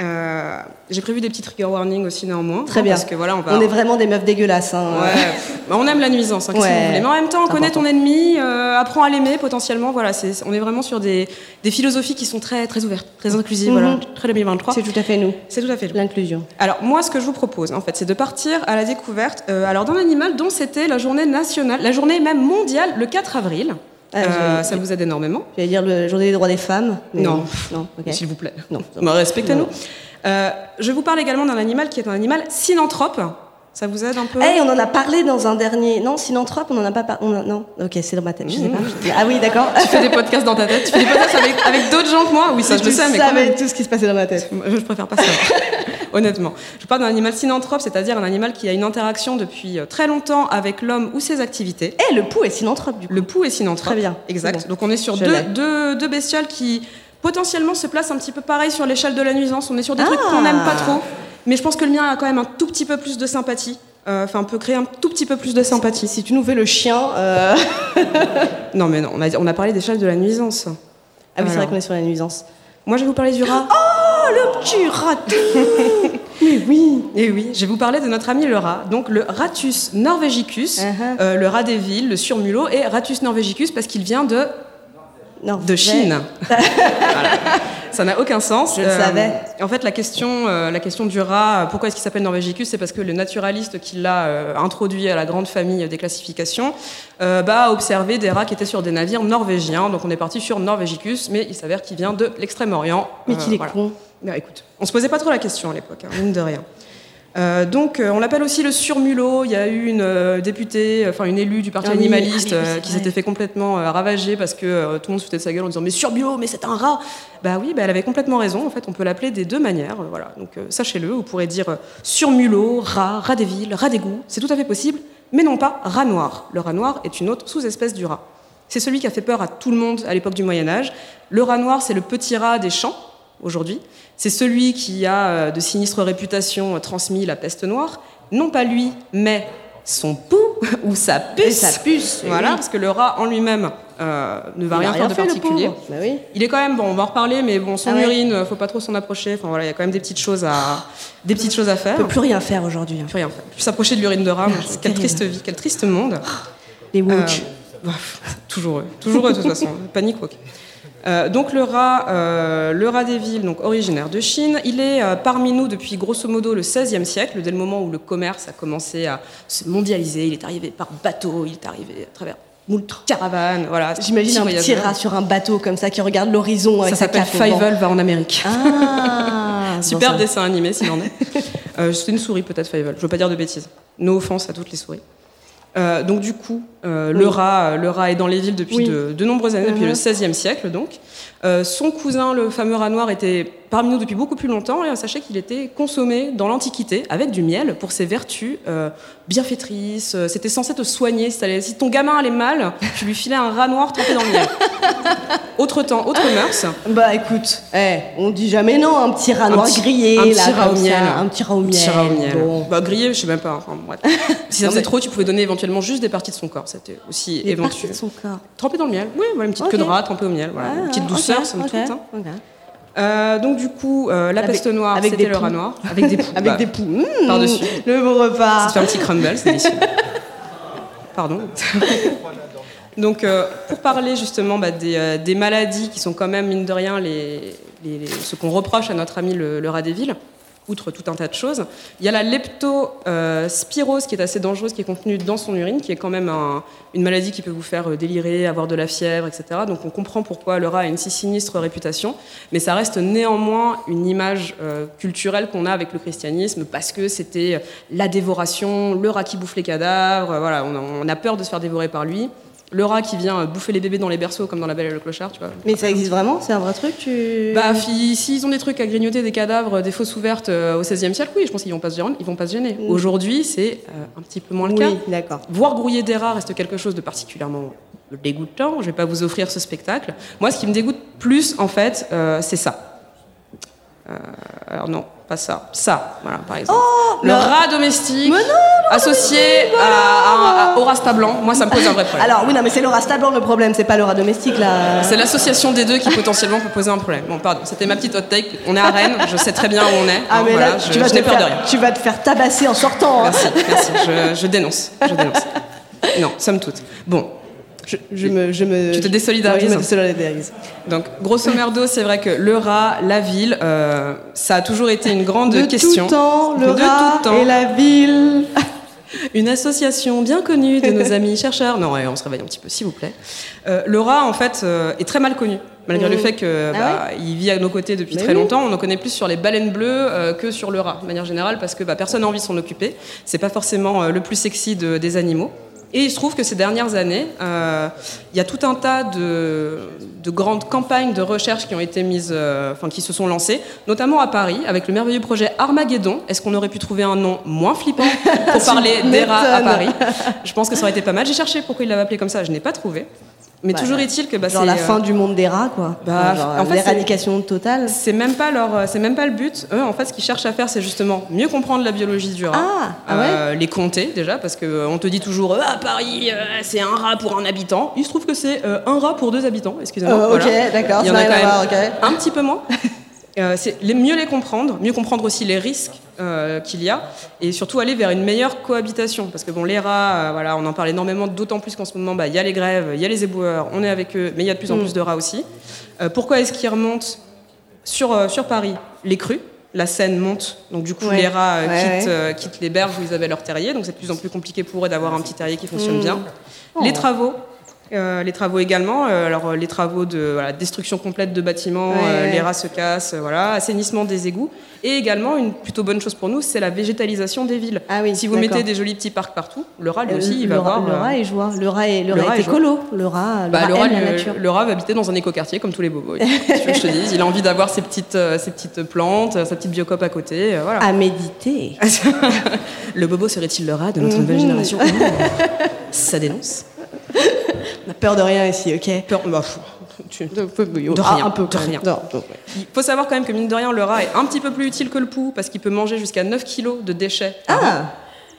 Euh, J'ai prévu des petits trigger warnings aussi néanmoins.
très
hein,
bien.
Parce que voilà, on va.
est vraiment des meufs dégueulasses. Hein.
Ouais. Bah, on aime la nuisance, hein, qu'est-ce que
Ouais.
vous voulez. Mais en même temps,
C'est
connaît
important.
ton ennemi, euh, apprends à l'aimer potentiellement. Voilà, c'est- on est vraiment sur des, des philosophies qui sont très, très ouvertes, très inclusives, voilà,
Mhm.
très 2023.
C'est tout à fait nous,
C'est tout à fait le
l'inclusion.
alors moi, ce que je vous propose, en fait, c'est de partir à la découverte euh, alors d'un animal dont c'était la journée nationale, la journée même mondiale, le 4 avril.
Ah,
Euh,
j'ai-
ça vous aide énormément,
J'allais dire le- la journée des droits des femmes. mais-
Non.
Non, ok.
s'il vous plaît.
Non.
Bah, Respectez-nous.
Non.
Euh, je vous parle également d'un animal qui est un animal synanthrope. Ça vous aide un peu
Hey, Eh, on en a parlé dans un dernier. Non, synanthrope, on en a pas parlé. Non, ok, c'est dans ma tête. Je sais
Mmh.
pas. Ah oui, d'accord.
Tu fais des podcasts dans ta tête, tu fais des podcasts avec, avec d'autres gens que moi. Oui, ça je
Tu
le sais, mais quand
savais
même.
tout ce qui se passait dans ma tête.
Moi, Je préfère pas savoir, honnêtement. Je parle d'un animal synanthrope, c'est-à-dire un animal qui a une interaction depuis euh, très longtemps avec l'homme ou ses activités.
Eh, le pou est synanthrope du coup.
Le pou est synanthrope.
Très bien.
Exact.
C'est bon.
Donc on est sur
Je
deux,
l'ai.
deux, deux bestioles qui potentiellement se placent un petit peu pareil sur l'échelle de la nuisance. On est sur des
Ah.
trucs qu'on n'aime pas trop. Mais je pense que le mien a quand même un tout petit peu plus de sympathie. Euh, Enfin, peut créer un tout petit peu plus de sympathie.
Si tu nous fais le chien. euh,
Non, mais non, on a, on a parlé d'échelle de la nuisance.
Ah oui, c'est vrai
Alors.
qu'on est sur la nuisance.
Moi, je vais vous parler du rat.
Oh, le petit ratou Mais oui
Et Eh oui, je vais vous parler de notre ami le rat, donc le Ratus norvegicus,
Uh-huh.
euh, le rat des villes, le surmulot, et Ratus norvegicus parce qu'il vient de,
Non,
de Chine. Voilà. Ça n'a aucun sens. Euh,
Je le savais.
En fait, la question, euh, la question du rat, euh, pourquoi est-ce qu'il s'appelle norvegicus, c'est parce que le naturaliste qui l'a euh, introduit à la grande famille des classifications euh, bah, a observé des rats qui étaient sur des navires norvégiens. Donc on est parti sur norvegicus, mais il s'avère qu'il vient de l'Extrême-Orient.
Mais
Euh,
qu'il est
voilà.
con.
Bah, écoute, on se posait pas trop la question à l'époque, hein, mine de rien. Euh, donc, euh, on l'appelle aussi le surmulot. Il y a eu une euh, députée, enfin une élue du parti
Ah oui,
animaliste
ah oui, oui,
euh,
c'est
qui
vrai.
s'était fait complètement euh, ravager parce que euh, tout le monde se foutait de sa gueule en disant mais surmulot, mais c'est un rat. Bah oui, bah, elle avait complètement raison. En fait, on peut l'appeler des deux manières. euh, voilà, donc euh, sachez-le. Vous pourrez dire euh, surmulot, rat, rat des villes, rat des goûts. C'est tout à fait possible, mais non pas rat noir. Le rat noir est une autre sous-espèce du rat. C'est celui qui a fait peur à tout le monde à l'époque du Moyen Âge. Le rat noir, c'est le petit rat des champs aujourd'hui. C'est celui qui a euh, de sinistre réputation euh, transmis la peste noire. Non pas lui, mais son pouls ou sa puce.
Et sa puce, oui.
Voilà, parce que le rat en lui-même euh, ne va
Il
rien
a
faire de
fait, le
particulier.
pauvre. Bah oui.
Il est quand même bon, on va en reparler, mais bon, son
Ah ouais.
urine, euh, faut pas trop s'en approcher. Enfin voilà, il y a quand même des petites choses à, des petites choses à faire.
On peut plus rien faire aujourd'hui. hein.
Plus rien faire. Plus s'approcher de l'urine de rat. mais quelle
terrible.
triste vie, quel triste monde.
Les
Euh,
woke.
bah, toujours eux, toujours eux de toute façon, panique woke. Euh, donc le rat, euh, le rat des villes, donc originaire de Chine, il est euh, parmi nous depuis grosso modo le XVIe siècle, dès le moment où le commerce a commencé à se mondialiser. Il est arrivé par bateau, il est arrivé à travers moult caravanes, voilà.
J'imagine un petit
voyageur.
rat sur un bateau comme ça qui regarde l'horizon avec
Ça
sa
s'appelle
cape au vent.
Fievel va en Amérique.
Ah
Super
bon, ça-
dessin animé s'il en est. Euh, C'était une souris peut-être Fievel, je veux pas dire de bêtises. No offense à toutes les souris. Euh, donc du coup, euh, le,
Oui.
rat, euh, le rat est dans les villes depuis
Oui.
de, de nombreuses années, depuis
Mhm.
le XVIe siècle donc. Euh, son cousin, le fameux rat noir, était parmi nous depuis beaucoup plus longtemps et euh, sachez qu'il était consommé dans l'Antiquité avec du miel pour ses vertus euh, bienfaitrices. Euh, C'était censé te soigner. Si, t'allais- si ton gamin allait mal, tu lui filais un rat noir trempé dans le miel. autre temps, autre mœurs.
Bah écoute, eh, on dit jamais non, un petit rat
Un
noir
petit-
grillé,
un petit
là,
rat au
comme ça,
miel.
un petit rat au miel.
Petit rat au miel.
bon.
Bah, grillé, je sais même pas. Enfin, bref. si ça
Non,
faisait
mais-
trop, tu pouvais donner éventuellement juste des parties de son corps. C'était aussi
Les parties
éventuel.
de son corps.
Trempé dans le miel. Oui, voilà, une petite queue de
Ok.
rat trempée au miel. Voilà, une petite
Ah,
douceur,
ok,
ça me
ok,
tout. hein.
ok.
Euh, donc, du coup, euh, la
Avec-
peste noire,
avec
c'était
des
le rat
poux.
noir. Avec des poux.
Avec
bah,
des poux. Mmh,
par-dessus.
Le beau
Ça
repas.
te fait un petit crumble, c'est délicieux. Pardon. Donc, euh, pour parler justement bah, des, euh, des maladies qui sont quand même, mine de rien, les, les- les- ce qu'on reproche à notre ami le, le rat des villes, outre tout un tas de choses, il y a la leptospirose qui est assez dangereuse, qui est contenue dans son urine, qui est quand même un- une maladie qui peut vous faire euh, délirer, avoir de la fièvre, etc. Donc, on comprend pourquoi le rat a une si sinistre réputation, mais ça reste néanmoins une image euh, culturelle qu'on a avec le christianisme, parce que c'était euh, la dévoration, le rat qui bouffe les cadavres, euh, voilà, on a, on a peur de se faire dévorer par lui. Le rat qui vient euh, bouffer les bébés dans les berceaux comme dans La Belle et le Clochard, tu vois.
Mais ça existe vraiment C'est un vrai truc tu...
Bah, fi- s'ils ont des trucs à grignoter, des cadavres, euh, des fosses ouvertes euh, au XVIe siècle, oui, je pense qu'ils vont pas se gêner. Ils vont pas se gêner.
Mm.
Aujourd'hui, c'est euh, un petit peu moins le
oui,
cas.
d'accord.
Voir grouiller des rats reste quelque chose de particulièrement dégoûtant. Je vais pas vous offrir ce spectacle. Moi, ce qui me dégoûte plus, en fait, euh, c'est ça. Euh, alors non, pas ça. Ça, voilà, par exemple. le
le-
rat domestique
Oh, bah Mais non,
associé à- à- à- au rasta blanc. Moi, ça me pose un vrai problème.
Alors oui, non, mais c'est le rat stablant le problème, c'est pas le rat domestique là.
C'est l'association des deux qui potentiellement peut poser un problème. Bon, pardon, c'était ma petite hot take. On est à Rennes, je sais très bien où on est.
Ah
Hein,
mais
voilà,
là,
je,
tu, vas
je
te
n'ai peur de
faire,
rien.
tu vas te faire tabasser en sortant. hein.
Merci, merci. Je, je dénonce, je dénonce. Non, somme toute. Bon,
Je, je me, je me-
Tu te désolidarises.
Ouais, Je me désolidarise.
donc grosso merdo, c'est vrai que le rat, la ville, euh, ça a toujours été une grande
de
question.
tout temps, le
De
rat
tout temps.
et la ville.
Une association bien connue de nos amis chercheurs. Non, ouais, on se réveille un petit peu, s'il vous plaît. Euh, le rat, en fait, euh, est très mal connu. Malgré
Mhm.
le fait que
Ah
bah, il vit à nos côtés depuis
Mais
très
oui.
longtemps, on en connaît plus sur les baleines bleues euh, que sur le rat, de manière générale, parce que bah, personne n'a envie de s'en occuper. C'est pas forcément euh, le plus sexy de- des animaux. Et il se trouve que ces dernières années, euh, il y a tout un tas de, de grandes campagnes de recherche qui ont été mises, euh, enfin qui se sont lancées, notamment à Paris, avec le merveilleux projet Armageddon. Est-ce qu'on aurait pu trouver un nom moins flippant pour parler des rats à
m'étonnes.
Paris Je pense que ça aurait été pas mal. J'ai cherché pourquoi il l'avait appelé comme ça, je n'ai pas trouvé. Mais
Bah,
toujours est-il que bah,
Genre
c'est,
la
euh,
fin du monde des rats, quoi.
Bah,
Genre,
en fait,
l'éradication totale.
c'est même pas leur, euh, c'est même pas le but. Eux, en fait, ce qu'ils cherchent à faire, c'est justement mieux comprendre la biologie du rat,
Ah, ah ouais
Euh, les compter déjà, parce que euh, on te dit toujours ah Paris, euh, c'est un rat pour un habitant. Il se trouve que c'est euh, un rat pour deux habitants. Excusez-moi.
Euh, ok,
voilà.
d'accord,
Il y en
ça
a
n'a rien à
quand
voir,
même
ok.
un petit peu moins. Euh, c'est les- mieux les comprendre, mieux comprendre aussi les risques euh, qu'il y a, et surtout aller vers une meilleure cohabitation. Parce que bon, les rats, euh, voilà, on en parle énormément, d'autant plus qu'en ce moment, bah, il y a les grèves, il y a les éboueurs, on est avec eux, mais il y a de
Mm.
plus en plus de rats aussi. Euh, pourquoi est-ce qu'ils remontent sur, euh, sur Paris Les crues, la Seine monte, donc du coup
Ouais.
les rats euh,
Ouais,
quittent,
ouais.
euh, quittent les berges où ils avaient leur terrier, donc c'est de plus en plus compliqué pour eux d'avoir un petit terrier qui fonctionne bien.
Oh.
Les travaux. euh, les travaux également, euh, alors euh, les travaux de voilà, destruction complète de bâtiments,
Ouais,
euh,
ouais.
les rats se cassent, euh, voilà, assainissement des égouts, et également une plutôt bonne chose pour nous, c'est la végétalisation des villes.
Ah oui,
si vous
d'accord.
mettez des jolis petits parcs partout, le rat lui
Euh,
aussi, il va
le, rat-
voir.
le
euh,
rat est joie, le rat est, le
le
rat
rat
est
est joie.
écolo, le rat, le
bah,
rat
le,
aime
rat,
la
le-
nature.
le rat va habiter dans un écoquartier comme tous les bobos. Qu'est-ce que je te dis Il a envie d'avoir ses petites, euh, ses petites plantes, euh, sa petite biocope à côté. euh, voilà.
À méditer.
le bobo serait-il le rat de notre nouvelle
Mhm.
génération Oh, Ça dénonce.
On a peur de rien ici, ok
Peur- bah, pff, tu-
De Ah,
rien,
un peu,
de
quand même.
rien.
Non, donc, ouais.
Il faut savoir quand même que mine de rien, le rat est un petit peu plus utile que le pou parce qu'il peut manger jusqu'à 9 kilos de déchets.
Ah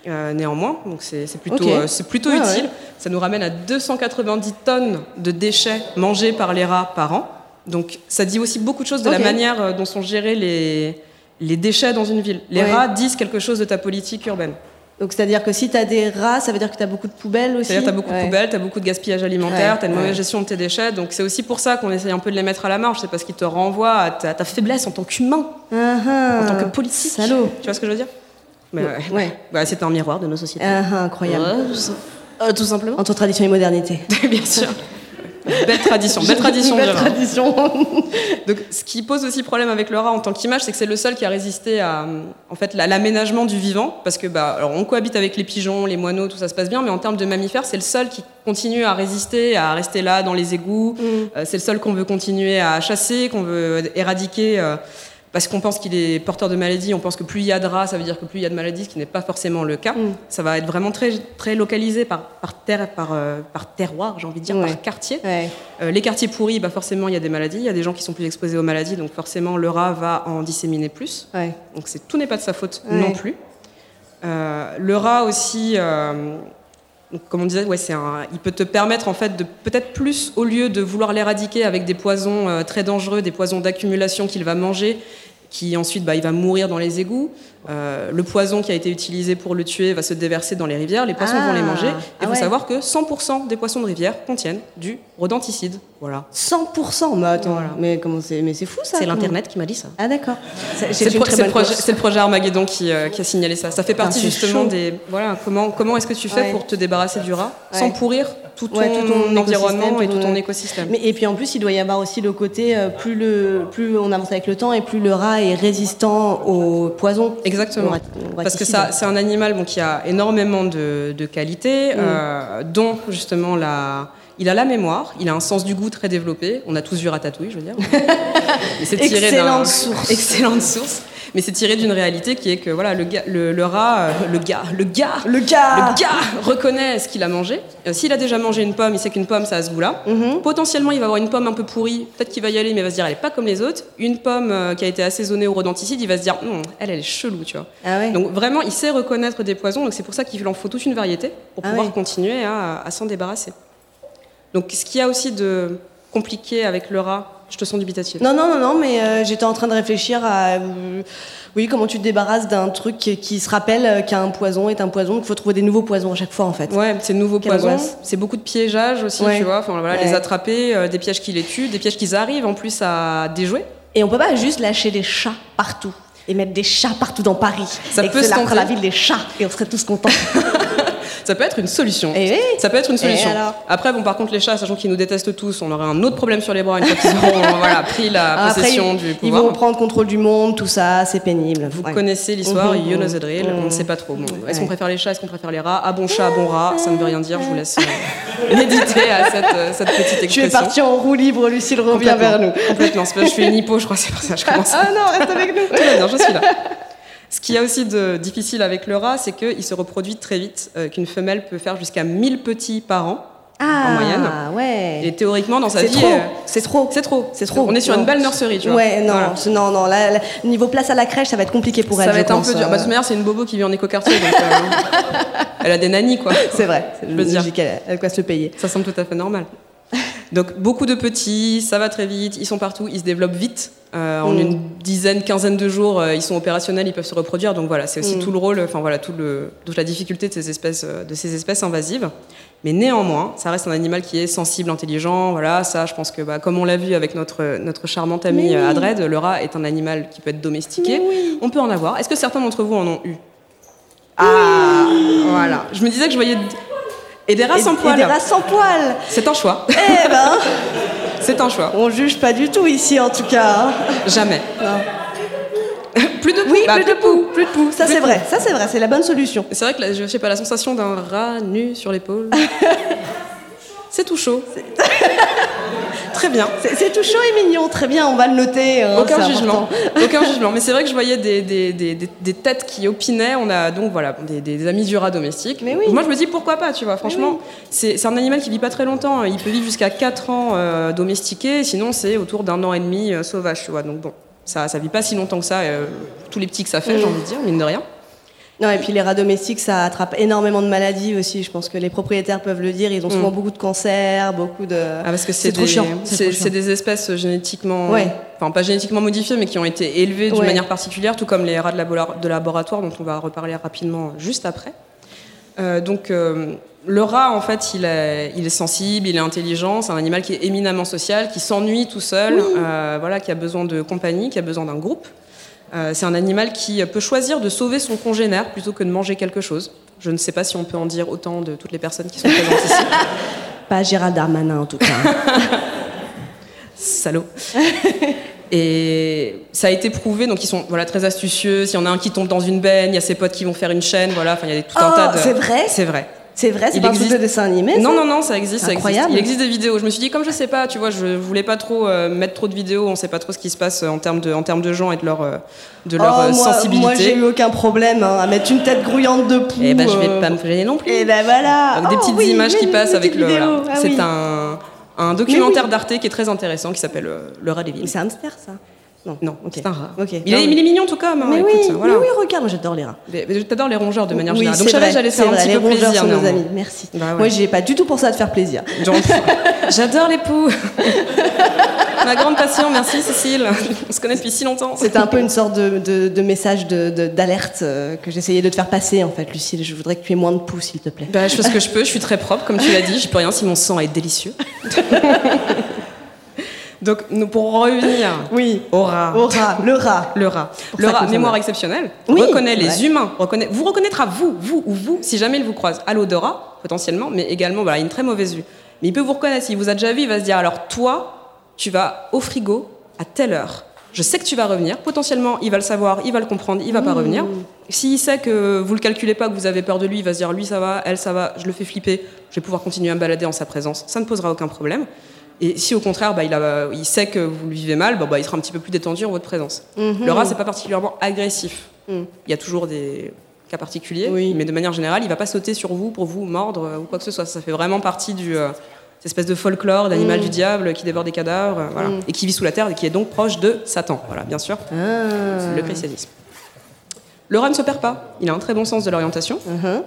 euh, néanmoins, donc c'est c'est plutôt,
Ok.
euh, c'est plutôt
Ouais,
utile.
ouais.
Ça nous ramène à 290 tonnes de déchets mangés par les rats par an. Donc ça dit aussi beaucoup de choses de la
Ok.
manière euh, dont sont gérés les, les déchets dans une ville. Les
Ouais.
rats disent quelque chose de ta politique urbaine.
Donc c'est-à-dire que si t'as des rats, ça veut dire que t'as beaucoup de poubelles aussi.
C'est-à-dire, tu as beaucoup
Ouais.
de poubelles, tu as beaucoup de gaspillage alimentaire,
Ouais,
tu as une mauvaise
ouais.
gestion de tes déchets. Donc, c'est aussi pour ça qu'on essaye un peu de les mettre à la marge. C'est parce qu'ils te renvoient à ta, ta faiblesse en tant qu'humain,
Ah, ah.
en tant que politique.
Salaud.
Tu vois ce que je veux dire Mais ouais.
Ouais.
Bah, c'est un miroir de nos sociétés.
Ah, ah, incroyable.
Euh, tout simplement.
Entre tradition et modernité.
Bien sûr. Belle tradition, belle tradition.
Belle
Gérard.
tradition.
Donc, ce qui pose aussi problème avec le rat en tant qu'image, c'est que c'est le seul qui a résisté à, euh, en fait, la- l'aménagement du vivant, parce que, bah, alors, on cohabite avec les pigeons, les moineaux, tout ça se passe bien, mais en termes de mammifères, c'est le seul qui continue à résister, à rester là dans les égouts.
Mm.
Euh, c'est le seul qu'on veut continuer à chasser, qu'on veut éradiquer. euh, parce qu'on pense qu'il est porteur de maladies, on pense que plus il y a de rats, ça veut dire que plus il y a de maladies, ce qui n'est pas forcément le cas.
Mm.
Ça va être vraiment très, très localisé par, par, terre, par, euh, par terroir, j'ai envie de dire,
Ouais.
par quartier.
ouais.
Euh, les quartiers pourris, bah forcément, il y a des maladies, il y a des gens qui sont plus exposés aux maladies, donc forcément, le rat va en disséminer plus.
Ouais.
Donc c'est- tout n'est pas de sa faute
Ouais.
non plus. Euh, le rat aussi, euh, donc, comme on disait, ouais, c'est un, il peut te permettre en fait de peut-être plus, au lieu de vouloir l'éradiquer avec des poisons euh, très dangereux, des poisons d'accumulation qu'il va manger, qui ensuite bah, il va mourir dans les égouts. Euh, le poison qui a été utilisé pour le tuer va se déverser dans les rivières, les poissons
Ah.
vont les manger. Et
Ah
il faut
ouais.
savoir que 100% des poissons de rivière contiennent du rodenticide. Voilà.
100%. Mais attends,
Voilà.
mais comment c'est Mais c'est fou ça.
C'est
comment-
l'Internet qui m'a dit ça.
Ah d'accord. C'est
C'est
c'est
le,
une
pro-
très
c'est
bonne
le projet,
course. Ah,
c'est le projet Armageddon qui, euh, qui a signalé ça. Ça fait partie
c'est
justement
chaud.
des. Voilà, comment, comment est-ce que tu fais
Ouais.
pour te débarrasser du rat sans
Ouais.
pourrir tout ton,
Ouais, tout ton
environnement
écosystème,
et tout
tout-
ton écosystème
Mais, et puis en plus, il doit y avoir aussi le côté euh, plus le plus on avance avec le temps et plus le rat est résistant au poison.
Exactement.
Au rat- au
Parce que
raticide.
ça, c'est un animal bon, qui a énormément de, de
Mm.
qualités, euh, dont justement la. Il a la mémoire, il a un sens du goût très développé. On a tous vu Ratatouille, je veux dire. Mais c'est tiré d'un-
Excellente source.
Excellente source. Mais c'est tiré d'une réalité qui est que voilà, le, gars- le, le rat, euh, le gars, le gars,
Le gars.
Le gars reconnaît ce qu'il a mangé. Euh, S'il a déjà mangé une pomme, il sait qu'une pomme, ça a ce goût-là.
Mhm.
Potentiellement, il va avoir une pomme un peu pourrie. Peut-être qu'il va y aller, mais il va se dire, elle est pas comme les autres. Une pomme euh, qui a été assaisonnée au rodenticide, il va se dire, Hum, elle, elle est chelou, tu vois.
Ah ouais.
Donc vraiment, il sait reconnaître des poisons. Donc c'est pour ça qu'il en faut toute une variété pour
Ah
pouvoir
oui.
continuer à, à s'en débarrasser. Donc ce qu'il y a aussi de compliqué avec le rat, je te sens dubitative.
Non, non, non, non, mais euh, j'étais en train de réfléchir à. euh, oui, comment tu te débarrasses d'un truc qui, qui se rappelle euh, qu'un poison est un poison, qu'il faut trouver des nouveaux poisons à chaque fois, en fait.
Ouais, c'est nouveaux
Quelle
poisons.
angoisse.
C'est beaucoup de piégeage aussi,
Ouais.
tu vois. Enfin, voilà,
Ouais.
les attraper, euh, des pièges qui les tuent, des pièges qu'ils arrivent en plus à déjouer.
Et on peut pas juste lâcher des chats partout et mettre des chats partout dans Paris.
Ça
et
peut
que
se
cela fera
tenter.
la ville des chats et on serait tous contents.
Ça peut être une solution.
Eh oui.
Ça peut être une solution.
Eh alors
Après, bon, par contre, les chats, sachant qu'ils nous détestent tous, on aurait un autre problème sur les bras une fois qu'ils auront voilà, pris la
Ah, Après,
possession
ils,
du
ils
pouvoir.
vont prendre contrôle du monde, tout ça, c'est pénible.
Vous
Ouais.
connaissez l'histoire,
Mhm.
you know the drill, on ne
Mhm.
sait pas trop. Bon, Est-ce qu'on
Ouais.
préfère les chats, est-ce qu'on préfère les rats Ah bon chat, bon rat, ça ne veut rien dire, je vous laisse euh, méditer à cette, euh, cette petite
Tu es
expression.
parti en roue libre, Lucille, reviens vers nous.
Complètement, c'est parce que je suis une hippo, je crois, c'est pour ça que je commence.
Ah non, reste avec nous.
Tout va bien, je suis là. Ce qu'il y a aussi de difficile avec le rat, c'est qu'il se reproduit très vite, euh, qu'une femelle peut faire jusqu'à 1000 petits par an. En moyenne.
Ah ouais.
Et théoriquement, dans sa
C'est
vie,
trop,
euh,
c'est trop.
c'est trop,
C'est trop.
On est sur
Non.
une belle nurserie, tu vois.
Ouais, non,
Voilà.
c'est- non, non. là, là, niveau place à la crèche, ça va être compliqué pour elle.
Ça va
je
être un
pense,
peu dur.
euh.
Bah, de toute manière, c'est une bobo qui vit en éco-quartier, donc euh, elle a des nannies, quoi.
Euh, C'est vrai, c'est
Je veux dire.
logique, elle, elle doit se le payer.
Ça semble tout à fait normal. Donc beaucoup de petits, ça va très vite, ils sont partout, ils se développent vite. Euh, en
Mm.
une dizaine, quinzaine de jours, euh, ils sont opérationnels, ils peuvent se reproduire. Donc voilà, c'est aussi
Mm.
tout le rôle, enfin voilà, tout le, toute la difficulté de ces espèces, euh, de ces espèces invasives. Mais néanmoins, ça reste un animal qui est sensible, intelligent. Voilà, ça, je pense que bah, comme on l'a vu avec notre notre charmante amie
Mais oui.
euh, Adred, le rat est un animal qui peut être domestiqué.
Mais oui.
On peut en avoir. Est-ce que certains d'entre vous en ont eu Ah, voilà. Je me disais que je voyais et des rats
Et-
sans
et
poils.
des rats sans poils.
C'est un choix.
Eh ben,
C'est un choix.
on juge pas du tout ici, en tout cas. hein.
Jamais.
Non.
plus de poux.
Oui,
Bah,
plus de poux, plus de poux. Ça,
Plus
c'est
de
vrai. Ça, c'est vrai. C'est la bonne solution.
C'est vrai que là, je sais pas la sensation d'un rat nu sur l'épaule. C'est tout chaud. Très bien.
C'est c'est tout chaud et mignon. Très bien, on va le noter. hein,
Aucun
c'est
jugement.
important.
Aucun jugement. Mais c'est vrai que je voyais des, des, des, des- des têtes qui opinaient. On a donc voilà des, des amis du rat domestique.
Mais oui.
Moi je me dis pourquoi pas, tu vois. Franchement, c'est c'est un animal qui vit pas très longtemps. Il peut vivre jusqu'à 4 ans euh, domestiqué. Sinon c'est autour d'un an et demi euh, sauvage, tu vois. Donc bon, ça ça vit pas si longtemps que ça. euh, tous les petits que ça fait, j'ai envie de dire, mine de rien.
Non, et puis les rats domestiques, ça attrape énormément de maladies aussi. Je pense que les propriétaires peuvent le dire. Ils ont souvent beaucoup de cancers, beaucoup de.
Mm. Ah, parce que c'est
trop
des,
chiant.
c'est-
trop chiant.
c'est des espèces génétiquement,
Ouais.
enfin pas génétiquement modifiées, mais qui ont été élevées d'une
Ouais.
manière particulière, tout comme les rats de, labo- de laboratoire, dont on va reparler rapidement juste après. Euh, donc euh, le rat, en fait, il est, il est sensible, il est intelligent, c'est un animal qui est éminemment social, qui s'ennuie tout seul, euh, voilà, qui a besoin de compagnie, qui a besoin d'un groupe. Euh, c'est un animal qui peut choisir de sauver son congénère plutôt que de manger quelque chose. Je ne sais pas si on peut en dire autant de toutes les personnes qui sont présentes ici.
Pas Gérald Darmanin en tout cas.
Salaud. Et ça a été prouvé, donc ils sont voilà, très astucieux. S'il y en a un qui tombe dans une benne, il y a ses potes qui vont faire une chaîne, voilà, enfin il y a tout un
Oh,
tas de.
c'est vrai
C'est vrai.
c'est vrai, c'est
Il
pas un truc de
existe-
dessin animé. ça
Non, non, non, ça existe, ça existe.
Incroyable.
Il existe des vidéos. Je me suis dit, comme je sais pas, tu vois, je voulais pas trop euh, mettre trop de vidéos, on sait pas trop ce qui se passe euh, en termes de, en termes de gens et de leur, euh, de leur
Oh,
euh,
moi,
sensibilité.
Moi, j'ai eu aucun problème hein, à mettre une tête grouillante de poux.
Et ben, je vais
euh,
pas me gêner non plus.
Et ben voilà.
Donc, des
Oh,
petites
oui,
images qui
mais
passent
des
avec
petites
le. voilà.
vidéos, ah
C'est
oui.
un, un documentaire d'Arte qui est très intéressant qui s'appelle euh, Le rat des villes.
Mais c'est un hamster ça. Non,
Non,
ok.
c'est un rat.
Ok.
Il, est,
Non,
il est mignon tout comme. hein,
Mais oui,
écoute, voilà.
mais oui, regarde, moi j'adore les rats.
Les- mais T'adores les rongeurs de manière
Oui,
générale. Donc
c'est
je savais que
vrai,
j'allais
c'est
faire un
vrai,
petit
les
peu
rongeurs
plaisir.
sont nos
néanmoins.
amis. Merci.
Bah ouais.
Moi, j'ai pas du tout pour ça de faire plaisir.
Donc, J'adore les poux. Ma grande passion, merci Cécile. On se connaît depuis si longtemps.
C'était un peu une sorte de, de- de message de- de- d'alerte euh, que j'essayais de te faire passer, en fait, Lucille. Je voudrais que tu aies moins de poux, s'il te plaît.
Bah, je fais ce que je peux, je suis très propre, comme tu l'as dit, je peux rien si mon sang est délicieux. Donc nous pour revenir
Oui.
au rat.
Au rat, le rat.
Le rat.
Pour
Le
ça
rat,
qu'on s'en
mémoire
va.
exceptionnelle,
Oui,
reconnaît
c'est
les
vrai.
humains, reconnaît, vous reconnaîtra vous, vous ou vous, si jamais il vous croise, à l'odorat, potentiellement, mais également, voilà, il a une très mauvaise vue. Mais il peut vous reconnaître, s'il vous a déjà vu, il va se dire, alors toi, tu vas au frigo à telle heure. Je sais que tu vas revenir, potentiellement, il va le savoir, il va le comprendre, il va
Mmh.
pas revenir. S'il sait que vous le calculez pas, que vous avez peur de lui, il va se dire, lui ça va, elle ça va, je le fais flipper, je vais pouvoir continuer à me balader en sa présence, ça ne posera aucun problème. Et si au contraire, bah, il, a- il sait que vous le vivez mal, bah, bah, il sera un petit peu plus détendu en votre présence. Le rat, c'est pas particulièrement agressif. Il y a toujours des cas particuliers,
Oui.
mais de manière générale, il va pas sauter sur vous pour vous mordre euh, ou quoi que ce soit. Ça fait vraiment partie du euh, cette espèce de folklore d'animal du diable qui dévore des cadavres, euh, voilà, et qui vit sous la terre et qui est donc proche de Satan. Voilà, bien sûr,
Ah.
le christianisme. Le rat ne se perd pas. Il a un très bon sens de l'orientation,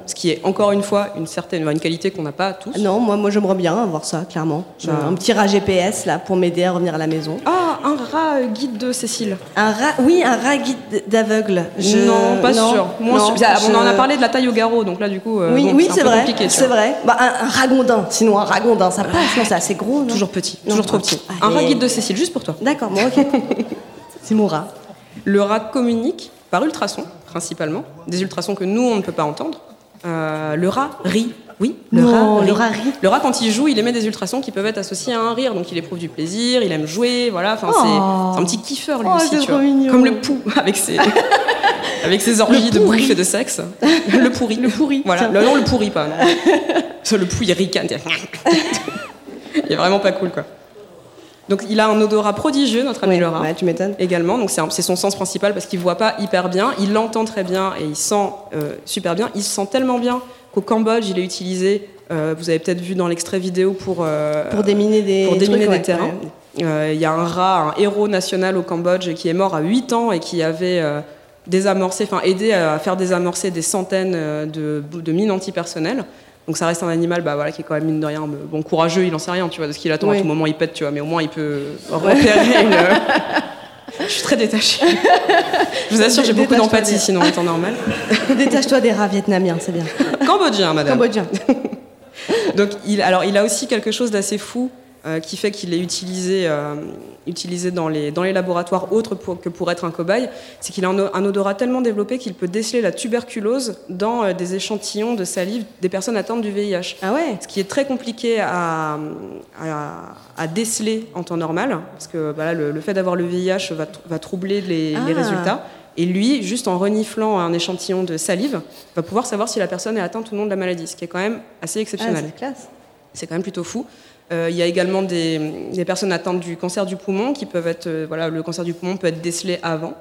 ce qui est encore une fois une certaine une qualité qu'on n'a pas tous.
Non, moi, moi j'aimerais bien avoir ça, clairement. J'ai
Bah.
Un petit rat GPS, là, pour m'aider à revenir à la maison.
Ah, un rat euh, guide de Cécile.
Un rat, oui, un rat guide d'aveugle. Je-
Non, pas sûr. Moins
non,
sûr. Ça,
je-
ah, On en a parlé de la taille au garrot, donc là du coup, euh,
Oui,
bon,
oui,
un
c'est
peu
vrai.
compliqué, tu
C'est
vois.
vrai. Bah, un, un ragondin, sinon un ragondin, ça passe. Non, c'est assez gros. non
Toujours petit,
Non,
toujours trop
ah,
petit.
allez.
Un rat guide de Cécile, juste pour toi.
D'accord, moi, ok. c'est mon rat.
Le rat communique par ultrasons, principalement, des ultrasons que nous, on ne peut pas entendre. Euh, le rat rit. Oui, le,
Non,
rat,
le rat rit.
Le rat, quand il joue, il émet des ultrasons qui peuvent être associés à un rire. Donc, il éprouve du plaisir, il aime jouer, voilà. Enfin, c'est-
Oh.
c'est un petit kiffeur, lui
Oh,
aussi,
c'est
tu
trop
vois.
mignon.
Comme le pou, avec ses, avec ses orgies de
pourri.
bouffe et de sexe. Le pourri. Le
pourri,
Voilà.
tiens.
Le- non, le pourri, pas. non. Parce que le pou, il ricane. il est vraiment pas cool, quoi. Donc, il a un odorat prodigieux, notre ami le rat
Ouais, tu m'étonnes.
également. Donc c'est un- c'est son sens principal parce qu'il voit pas hyper bien, il entend très bien et il sent euh, super bien. Il se sent tellement bien qu'au Cambodge, il est utilisé. euh, vous avez peut-être vu dans l'extrait vidéo pour euh,
Pour déminer des,
pour déminer
trucs,
des
ouais,
terrains.
ouais.
Euh, Il y a un rat, un héros national au Cambodge qui est mort à 8 ans et qui avait euh, désamorcé, enfin aidé à faire désamorcer des centaines euh, de, de mines antipersonnelles. Donc ça reste un animal bah, voilà, qui est quand même mine de rien bon courageux, il en sait rien, tu vois, de ce qu'il attend
Oui.
à tout moment, il pète, tu vois, mais au moins il peut repérer une... Je suis très détachée. Je vous assure, j'ai beaucoup
Détache-toi
d'empathie
bien.
sinon en temps normal.
Détache-toi des rats vietnamiens, c'est bien.
Cambodgien, madame.
Cambodgien.
Donc, il, alors, il a aussi quelque chose d'assez fou euh, qui fait qu'il est utilisé, euh, utilisé dans, les, dans les laboratoires autres pour- que pour être un cobaye. C'est qu'il a un, o- un odorat tellement développé qu'il peut déceler la tuberculose dans euh, des échantillons de salive des personnes atteintes du VIH.
Ah ouais
Ce qui est très compliqué à, à- à déceler en temps normal, parce que voilà, le, le fait d'avoir le VIH va, tr- va troubler les, les
Ah.
résultats. Et lui, juste en reniflant un échantillon de salive, va pouvoir savoir si la personne est atteinte ou non de la maladie, ce qui est quand même assez
Ah,
exceptionnel.
c'est classe.
C'est quand même plutôt fou. Euh, il y a également des, des personnes atteintes du cancer du poumon qui peuvent être. euh, voilà, le cancer du poumon peut être décelé avant.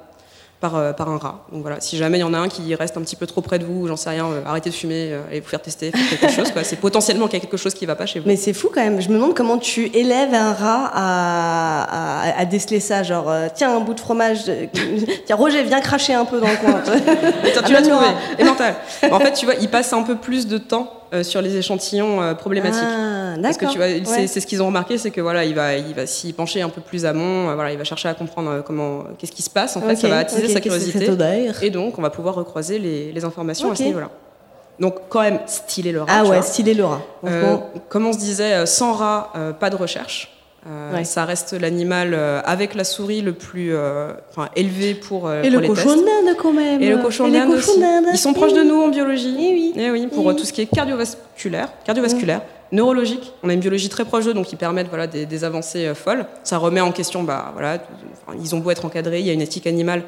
par, euh, par un rat. Donc voilà, si jamais il y en a un qui reste un petit peu trop près de vous, j'en sais rien, euh, arrêtez de fumer, euh, allez vous faire tester, faites quelque chose. quoi. C'est potentiellement qu'il y a quelque chose qui va pas chez vous.
Mais c'est fou quand même. Je me demande comment tu élèves un rat à, à- à déceler ça. Genre, euh, tiens, un bout de fromage. euh, tiens, Roger, viens cracher un peu dans le coin.
Tiens, tu
Ah,
l'as
bah,
trouvé.
Nora.
Et mental. En fait, tu vois, il passe un peu plus de temps euh, sur les échantillons euh, problématiques.
Ah,
Parce que
d'accord.
tu vois, c'est-
Ouais.
c'est ce qu'ils ont remarqué, c'est que voilà, il va, il va s'y pencher un peu plus amont. euh, voilà, il va chercher à comprendre euh, comment, qu'est-ce qui se passe. En fait, ça
Ok,
va attiser
ok,
sa
qu'est-ce que c'est que
curiosité.
cette odeur
Et donc, on va pouvoir recroiser les, les informations
Ok.
à ce niveau-là. Donc, quand même, stylé le rat.
Ah
tu
ouais,
vois.
stylé Laura.
Euh, comme on se disait, euh, sans rat, euh, pas de recherche. Euh,
Ouais.
Ça reste l'animal euh, avec la souris le plus euh, enfin, élevé pour, euh,
et
pour
le
les
cochon
tests.
d'Inde quand même.
Et le cochon
Euh, Et les
d'Inde
cochons
aussi.
d'Inde.
Ils sont proches de nous en biologie.
Eh oui.
Eh oui, pour
Eh Mm.
euh,
oui.
tout ce qui est cardiovasculaire, cardiovasculaire, neurologique. On a une biologie très proche d'eux, donc ils permettent voilà des, des avancées euh, folles. Ça remet en question, bah voilà, t- enfin, ils ont beau être encadrés, il y a une éthique animale.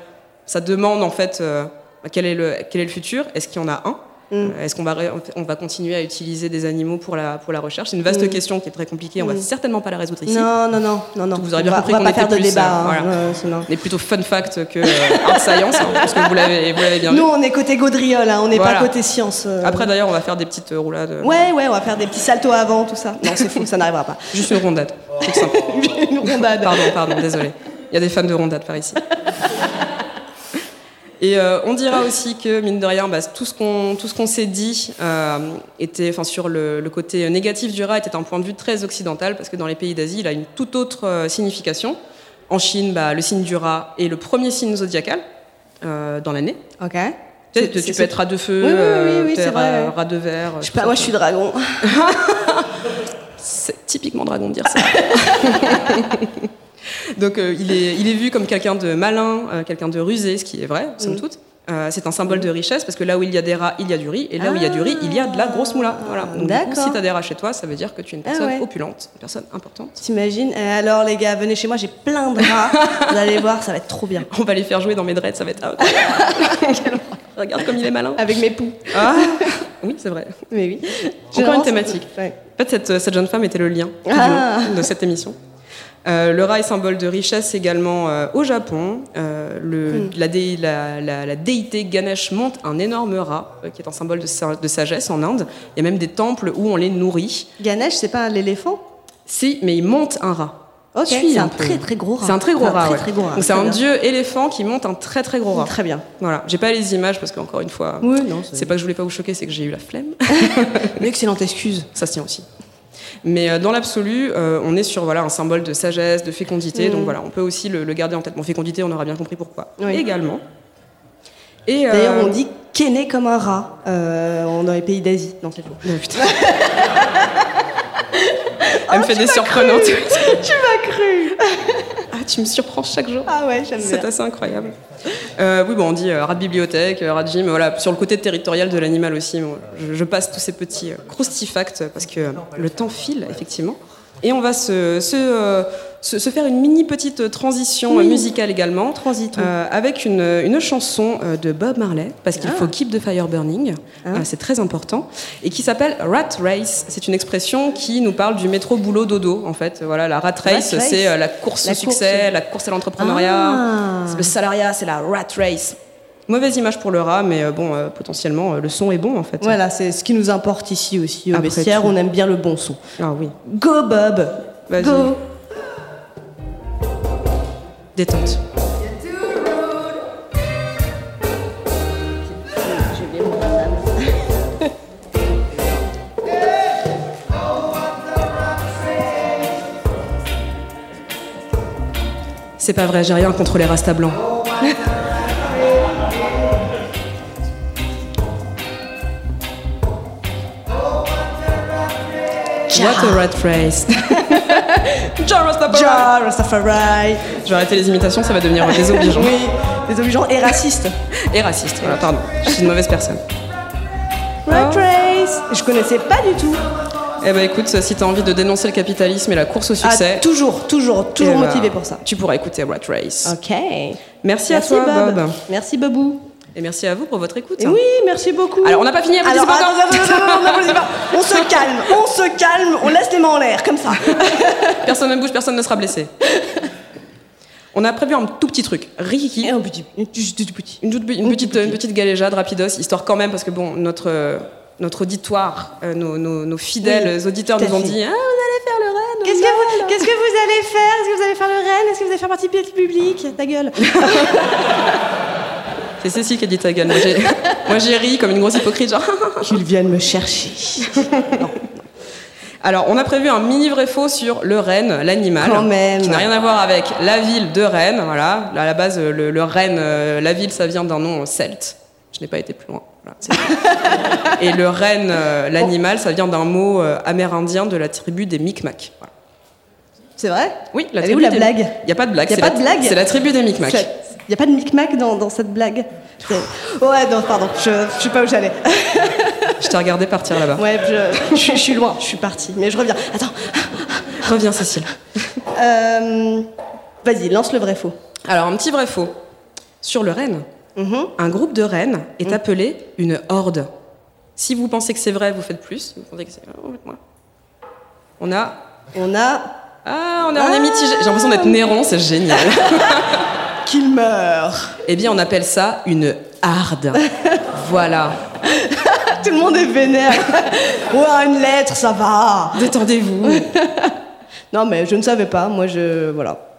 Ça demande en fait euh, bah, quel est le quel est le futur Est-ce qu'il y en a un
Mm.
Euh, Est-ce qu'on va ré- on va continuer à utiliser des animaux pour la pour la recherche C'est une vaste
Mm.
question qui est très compliquée. On
Mm.
va certainement pas la résoudre ici.
Non, non, non, non, non.
Vous aurez bien
on va,
compris
on
qu'on
va pas
était
faire de
plus,
débat.
euh,
hein,
voilà.
euh, sinon.
On est plutôt fun fact que euh, hard science, hein, parce que vous l'avez vous l'avez bien vu.
Nous, on est côté gaudriole, hein, on n'est
Voilà.
pas côté science. euh.
Après d'ailleurs, on va faire des petites euh, roulades. euh,
Ouais, ouais, on va faire des petits saltos avant, tout ça. Non, c'est fou, ça n'arrivera pas.
Juste une rondade. Tout simple.
Une rondade.
Pardon, pardon, désolé. Il y a des fans de rondade par ici. Et euh, on dira aussi que, mine de rien, bah, tout ce qu'on tout ce qu'on s'est dit euh, était, enfin, sur le, le côté négatif du rat était un point de vue très occidental, parce que dans les pays d'Asie, il a une toute autre euh, signification. En Chine, bah, le signe du rat est le premier signe zodiacal euh, dans l'année.
Ok.
Tu, sais,
C'est-
tu
c'est-
peux être rat de feu,
Oui, oui, oui,
euh,
oui,
t'es
c'est
rat,
vrai.
rat de verre. euh,
Je sais
tout
pas,
ça,
moi
tu vois.
je suis dragon.
C'est typiquement dragon de dire ça. Donc euh, il, est, il est vu comme quelqu'un de malin, euh, quelqu'un de rusé, ce qui est vrai, somme
Mm.
toute. Euh, c'est un symbole de richesse parce que là où il y a des rats, il y a du riz, et là où il y a du riz, il y a de la grosse moula. Voilà. Donc, du coup,
D'accord.
si t'as des rats chez toi, ça veut dire que tu es une
Ah
personne
ouais.
opulente, une personne importante.
T'imagines Euh, Alors les gars, venez chez moi, j'ai plein de rats. Vous allez voir, ça va être trop bien.
On va les faire jouer dans mes dreads, ça va être. ah, Regarde comme il est malin.
Avec mes poux.
Ah. Oui, c'est vrai.
Mais oui.
Encore
Généralement,
une thématique.
c'est- ouais.
En fait, cette, cette jeune femme était le lien tout du
Ah.
long de cette émission. Euh, le rat est symbole de richesse également euh, au Japon. Euh,
Hmm.
le- la, dé- la- la- la déité Ganesh monte un énorme rat, euh, qui est un symbole de, sa- de sagesse en Inde. Il y a même des temples où on les nourrit.
Ganesh, c'est pas l'éléphant
Si, mais il monte un rat.
Ok,
Suis
c'est un
peu.
très, très gros rat.
C'est un très gros
Un
rat.
très,
ouais.
très gros rat.
Donc c'est
Très
un
bien.
dieu éléphant qui monte un très très gros rat.
Très bien.
Voilà. J'ai pas les images parce qu'encore une fois,
Oui, non,
c'est pas que je voulais pas vous choquer, c'est que j'ai eu la flemme.
une excellente excuse.
ça se tient aussi. Mais euh, dans l'absolu, euh, on est sur voilà, un symbole de sagesse, de
Mm.
fécondité, donc voilà, on peut aussi le, le garder en tête. Bon, fécondité, on aura bien compris pourquoi.
Oui.
Également. Et, euh,
D'ailleurs, on dit qu'est né comme un rat euh, dans les pays d'Asie. Non, c'est faux.
Oh, putain. Elle me
Oh,
fait des surprenantes.
tu m'as cru
ah, tu me surprends chaque jour.
Ah ouais, j'aime bien.
C'est assez incroyable. Euh, oui, bon, on dit euh, rat de bibliothèque, euh, rat de gym, voilà, sur le côté territorial de l'animal aussi. bon, je, je passe tous ces petits euh, croustifacts euh, parce que euh, le temps file, effectivement. Et on va se, se, euh, se- se faire une mini petite euh, transition euh,
Oui.
musicale également.
Transitons.
euh, avec une, une chanson euh, de Bob Marley, parce qu'il
Ah.
faut keep the fire burning, euh, c'est très important, et qui s'appelle Rat Race. C'est une expression qui nous parle du métro boulot dodo, en fait. Voilà, la Rat Race,
race.
c'est euh, la course
La
au succès,
course.
la course à l'entrepreneuriat.
Ah.
Le salariat, c'est la rat race. Mauvaise image pour le rat, mais euh, bon, euh, potentiellement, euh, le son est bon en fait.
Voilà, c'est ce qui nous importe ici aussi au
Après
vestiaire.
tout.
On aime bien le bon son.
Ah oui,
Go Bob
Vas-y.
Go
détente. C'est pas vrai, j'ai rien contre les rastas blancs. What a rat race. Ja, Rastafari.
Ja Rastafari
Je vais arrêter les imitations, ça va devenir désobligeant.
Oui, des obligeants et racistes.
Et raciste, voilà, pardon. Je suis une mauvaise personne.
Rat Race Je connaissais pas du tout.
Eh ben écoute, si t'as envie de dénoncer le capitalisme et la course au
Ah,
succès,
toujours, toujours, toujours
eh ben,
motivé pour ça.
Tu pourras écouter Rat Race.
Ok.
Merci à toi, Bob.
Merci Babou.
Et merci à vous pour votre écoute.
Et oui, merci beaucoup.
Alors, on n'a pas fini,
Alors,
applaudissez pas
attends,
encore.
attends, attends, attends, n'applaudissez pas. On se calme, on se calme, on laisse les mains en l'air, comme ça.
Personne ne bouge, personne ne sera blessé. On a prévu un tout petit truc, Rikiki.
Et un petit, un petit- un petit.
Une, toute- une
Un petit
petite,
bouquet.
une petite galéjade rapidos, histoire quand même, parce que bon, notre, euh, notre auditoire, euh, nos, nos- nos fidèles auditeurs
tout à
nous ont
fait.
dit Ah, vous allez
Qu'est-ce
faire le Rennes au
que, vous,
Nord.
qu'est-ce que vous allez faire Est-ce que vous allez faire le Rennes Est-ce que vous allez faire partie du public Ta gueule.
C'est Cécile qui a dit ta gueule. Moi, j'ai- Moi j'ai ri comme une grosse hypocrite, genre.
Qu'ils viennent me chercher.
Alors, on a prévu un mini vrai faux sur le Rennes, l'animal.
Quand même.
Qui n'a rien à voir avec la ville de Rennes, voilà. À la base, euh, le, le Rennes, euh, la ville, ça vient d'un nom euh, celte. Je n'ai pas été plus loin. Voilà, c'est- Et le Rennes, euh,
Oh.
l'animal, ça vient d'un mot euh, amérindien de la tribu des Micmacs. Voilà.
C'est vrai
Oui, la
Elle est
tribu
où, la
des-
blague
Il n'y a pas de blague.
Y a
c'est
pas
la-
de blague
C'est la tribu des Micmacs.
Il n'y a pas de micmac dans, dans cette blague C'est- Ouais, non, pardon, je ne sais pas où j'allais.
Je t'ai regardé partir là-bas.
Ouais, je, je suis- je suis loin, je suis partie, mais je reviens. Attends.
Reviens, Cécile.
Euh, Vas-y, lance le vrai faux.
Alors, un petit vrai faux. Sur le Rennes,
Mhm.
un groupe de rennes est appelé une horde. Si vous pensez que c'est vrai, vous faites plus. Vous pensez que c'est vrai, vous faites moins. On a.
On a
Ah, on, a, on est
Ah.
mitigé. J'ai l'impression d'être Néron, c'est génial.
qu'il meurt.
eh bien, on appelle ça une harde. Voilà.
Tout le monde est vénère. ouais, une lettre, ça va.
Détendez-vous.
Non, mais je ne savais pas. Moi, je. Voilà.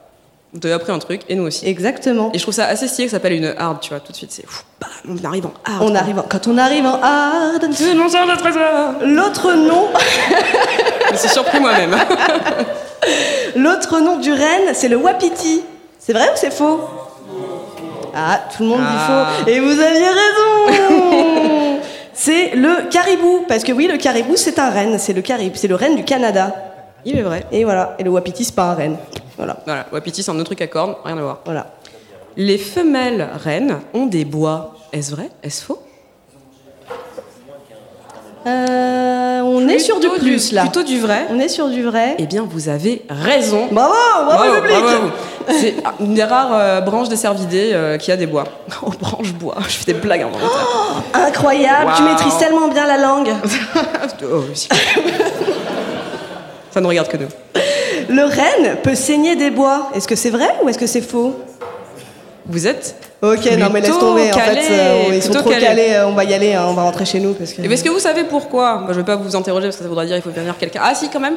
Vous avez appris un truc, et nous aussi.
Exactement.
Et je trouve ça assez stylé que ça s'appelle une harde, tu vois. Tout de suite, c'est. ouf, bam, On arrive en harde.
On arrive en- Quand on arrive en hard.
C'est mon sort de trésor
L'autre nom,
Je me suis surpris moi-même.
l'autre nom du renne, c'est le wapiti. C'est vrai ou c'est faux Ah, tout le monde
Ah.
dit faux. Et vous aviez raison. c'est le caribou, parce que oui, le caribou, c'est un renne. C'est le caribou, c'est le renne du Canada.
Il est vrai.
Et voilà. Et le wapiti, c'est pas un renne. Voilà.
Voilà, Wapiti, c'est un autre truc à cornes, rien à voir.
Voilà.
Les femelles reines ont des bois. Est-ce vrai Est-ce faux
Euh, on est sur du
Plutôt
plus là.
Plutôt du vrai.
On est sur du vrai.
Eh bien, vous avez raison.
Bravo, bravo,
Bravo,
public.
bravo. C'est une des rares euh, branches des cervidés euh, qui a des bois. Oh, branche bois. Je fais des blagues en involontaire.
Incroyable, tu
Wow.
maîtrises tellement bien la langue. Ah,
Oh, oui. Ça ne regarde que nous.
Le renne peut saigner des bois. Est-ce que c'est vrai ou est-ce que c'est faux
Vous êtes
Ok, non mais laisse
Plutôt
tomber. en
calé,
fait, euh, ils sont
plutôt
trop
calé.
calés. euh, on va y aller, hein, on va rentrer chez nous parce que.
Et est-ce que vous savez pourquoi Bah, Je ne vais pas vous interroger parce que ça voudrait dire qu'il faut venir quelqu'un. Ah si, quand même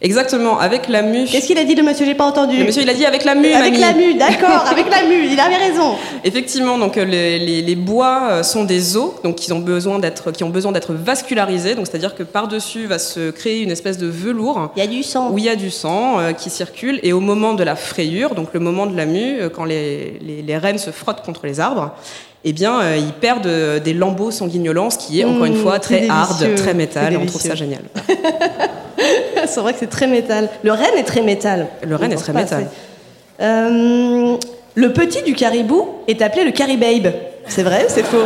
Exactement, avec la mue.
Qu'est-ce qu'il a dit le monsieur J'ai pas entendu.
Le monsieur, il a dit avec la mue,
avec
mamie.
la mue, d'accord, avec la mue, il avait raison.
Effectivement, donc euh, les, les- les bois euh, sont des os, donc ils ont besoin d'être, qui ont besoin d'être vascularisés, donc c'est-à-dire que par-dessus va se créer une espèce de velours
Il y a du sang.
où il y a du sang euh, qui circule, et au moment de la frayure, donc le moment de la mue, euh, quand les, les, les rennes se frottent contre les arbres, eh bien, euh, ils perdent euh, des lambeaux sanguinolents, ce qui est encore une
Mmh,
fois
c'est
très hard,
délicieux,
très métal,
c'est
on trouve ça
délicieux.
génial.
c'est vrai que c'est très métal. Le renne est très métal.
Le renne
On
est
pense
très
pas
métal.
assez. Euh, le petit du caribou est appelé le caribabe. C'est vrai ou c'est faux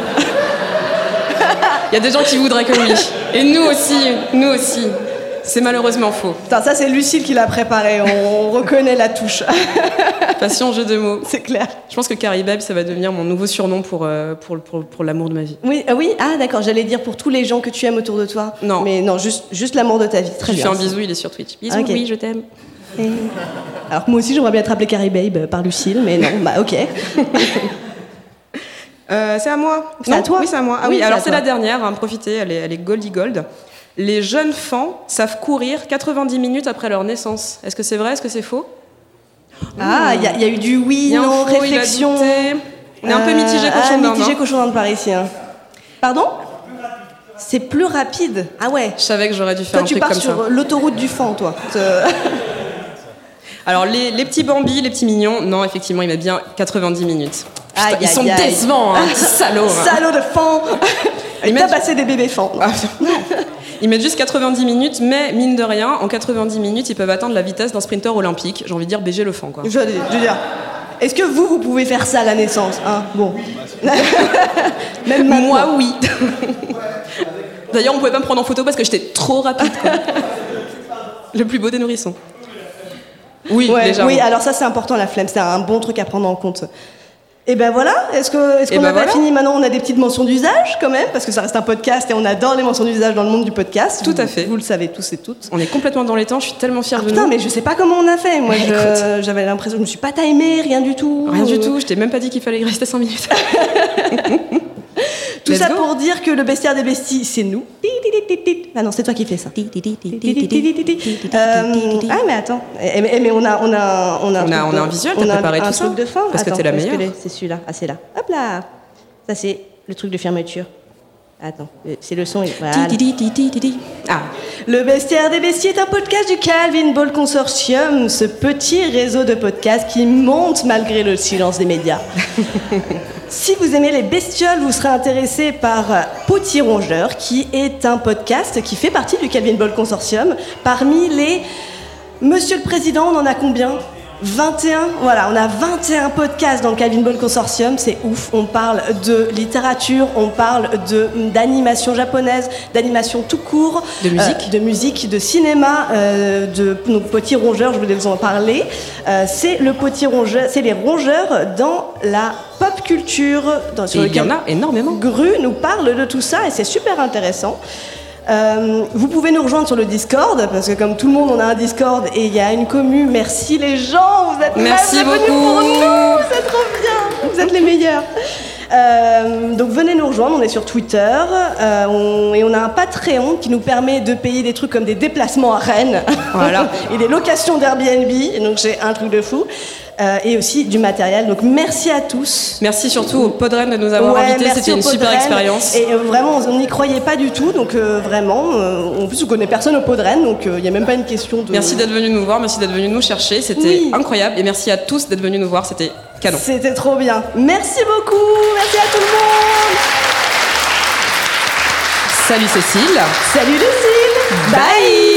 Il y a des gens qui voudraient comme lui, et nous aussi, nous aussi. C'est malheureusement faux.
Putain, ça c'est Lucille qui l'a préparé, on reconnaît la touche,
Passion, jeu de mots.
c'est clair.
Je pense que Caribab, ça va devenir mon nouveau surnom pour, euh, pour, pour, pour l'amour de ma vie.
Oui, ah oui, ah d'accord, j'allais dire pour tous les gens que tu aimes autour de toi.
Non.
Mais non, juste, juste l'amour de ta vie, très
je lui fais
bien.
un bisou, il est sur Twitch. Bisous,
Ok.
oui, je t'aime.
Et- Alors que moi aussi j'aimerais bien être appelée Caribabe par Lucille, mais non, bah ok.
Euh, c'est à moi.
C'est à
Non,
toi.
Oui, c'est à moi. Ah
Oui,
oui,
c'est
alors
à
c'est
toi.
la dernière, hein, profitez, elle est, elle est goldy gold. Les jeunes fans savent courir 90 minutes après leur naissance. Est-ce que c'est vrai Est-ce que c'est faux Hmm.
Ah, il y, a- il y a eu du oui,
Il y a un
non,
faux, il a
réflexion.
douté. On est un peu mitigé
Ah,
cochon d'Inde,
mitigé
hein.
cochon d'Inde par ici. hein. Pardon C'est plus rapide. Ah ouais.
Je savais que j'aurais dû faire
Toi
un
tu
truc
pars
comme ça.
sur euh, l'autoroute du fan, toi. Euh,
Alors les, les petits bambis, les petits mignons, non, effectivement, ils mettent bien 90 minutes. Putain,
Aïe,
ils sont
aïe, aïe. Ah,
décevants, hein, petits salauds. hein.
Salaud de fan
Et
Il
même-
t'a passé des bébés fans.
Ah, non. Ils mettent juste 90 minutes, mais mine de rien, en 90 minutes, ils peuvent atteindre la vitesse d'un sprinter olympique. J'ai envie de dire BG le fan, quoi.
Je veux dire, je veux dire, est-ce que vous, vous pouvez faire ça à la naissance hein Bon. Même maintenant.
Moi, oui. D'ailleurs, on pouvait pas me prendre en photo parce que j'étais trop rapide. quoi. Le plus beau des nourrissons. Oui,
Ouais,
déjà.
oui, alors ça c'est important la flemme, c'est un bon truc à prendre en compte. Et ben voilà, est-ce qu'on
Eh
est qu'on
ben
n'a pas
voilà.
fini Maintenant, on a des petites mentions d'usage quand même, parce que ça reste un podcast et on adore les mentions d'usage dans le monde du podcast.
Tout à
Vous-
fait.
Vous le savez tous et toutes.
On est complètement dans les temps, je suis tellement fière
Ah,
de
putain,
nous.
mais je sais pas comment on a fait. Moi, je-
Écoute.
j'avais l'impression, je me suis pas timée, rien du tout.
Rien
Euh,
du tout, je t'ai même pas dit qu'il fallait rester 5 minutes.
Tout
Let's
ça
go.
pour dire que le bestiaire des besties, c'est nous. Ah non, c'est toi qui fais ça. Euh, ah mais attends, Eh, mais, eh, mais on a on a on
On a-
a truc
on a
de-
un visuel, t'as
on a
préparé
un
tout ça
truc de fin.
Parce que
Attends,
t'es la
où est-ce
meilleure.
l'est C'est celui-là, ah c'est là. Hop là, ça c'est le truc de fermeture. Attends, euh, c'est le son. il- voilà.
Ah,
Le Bestiaire des Besties est un podcast du Calvin Ball Consortium, ce petit réseau de podcasts qui monte malgré le silence des médias. si vous aimez les bestioles, vous serez intéressé par euh, Petit Rongeur, qui est un podcast qui fait partie du Calvin Ball Consortium. Parmi les Monsieur le Président, on en a combien 21, voilà, on a 21 podcasts dans le Calvin Ball Consortium, c'est ouf. On parle de littérature, on parle de d'animation japonaise, d'animation tout court,
De musique.
euh, de musique, de cinéma, euh, de donc, Petit Rongeur, je voulais vous en parler. Euh, c'est le Petit Rongeur, c'est les rongeurs dans la pop culture, dans,
et
sur
il y
lequel
en a énormément.
Gru nous parle de tout ça et c'est super intéressant. Euh, vous pouvez nous rejoindre sur le Discord parce que comme tout le monde on a un Discord et il y a une commu. Merci les gens, vous êtes
Merci
vraiment venus
beaucoup.
pour nous, c'est trop bien, vous êtes les meilleurs. Euh, donc venez nous rejoindre, on est sur Twitter euh, on- et on a un Patreon qui nous permet de payer des trucs comme des déplacements à Rennes
Voilà.
et des locations d'Airbnb, donc j'ai un truc de fou Euh, et aussi du matériel. Donc merci à tous.
Merci surtout au Podren de nous avoir
Ouais,
invités,
merci
c'était
au
une super
Podren.
expérience.
Et euh, vraiment, on n'y croyait pas du tout, donc euh, vraiment, euh, en plus, on connaît personne au Podren, donc euh, il n'y a même pas une question de.
Merci d'être venu nous voir, merci d'être venu nous chercher, c'était
Oui.
incroyable et merci à tous d'être venus nous voir, c'était canon.
C'était trop bien. Merci beaucoup, merci à tout le monde.
Salut Cécile.
Salut Lucille.
Bye.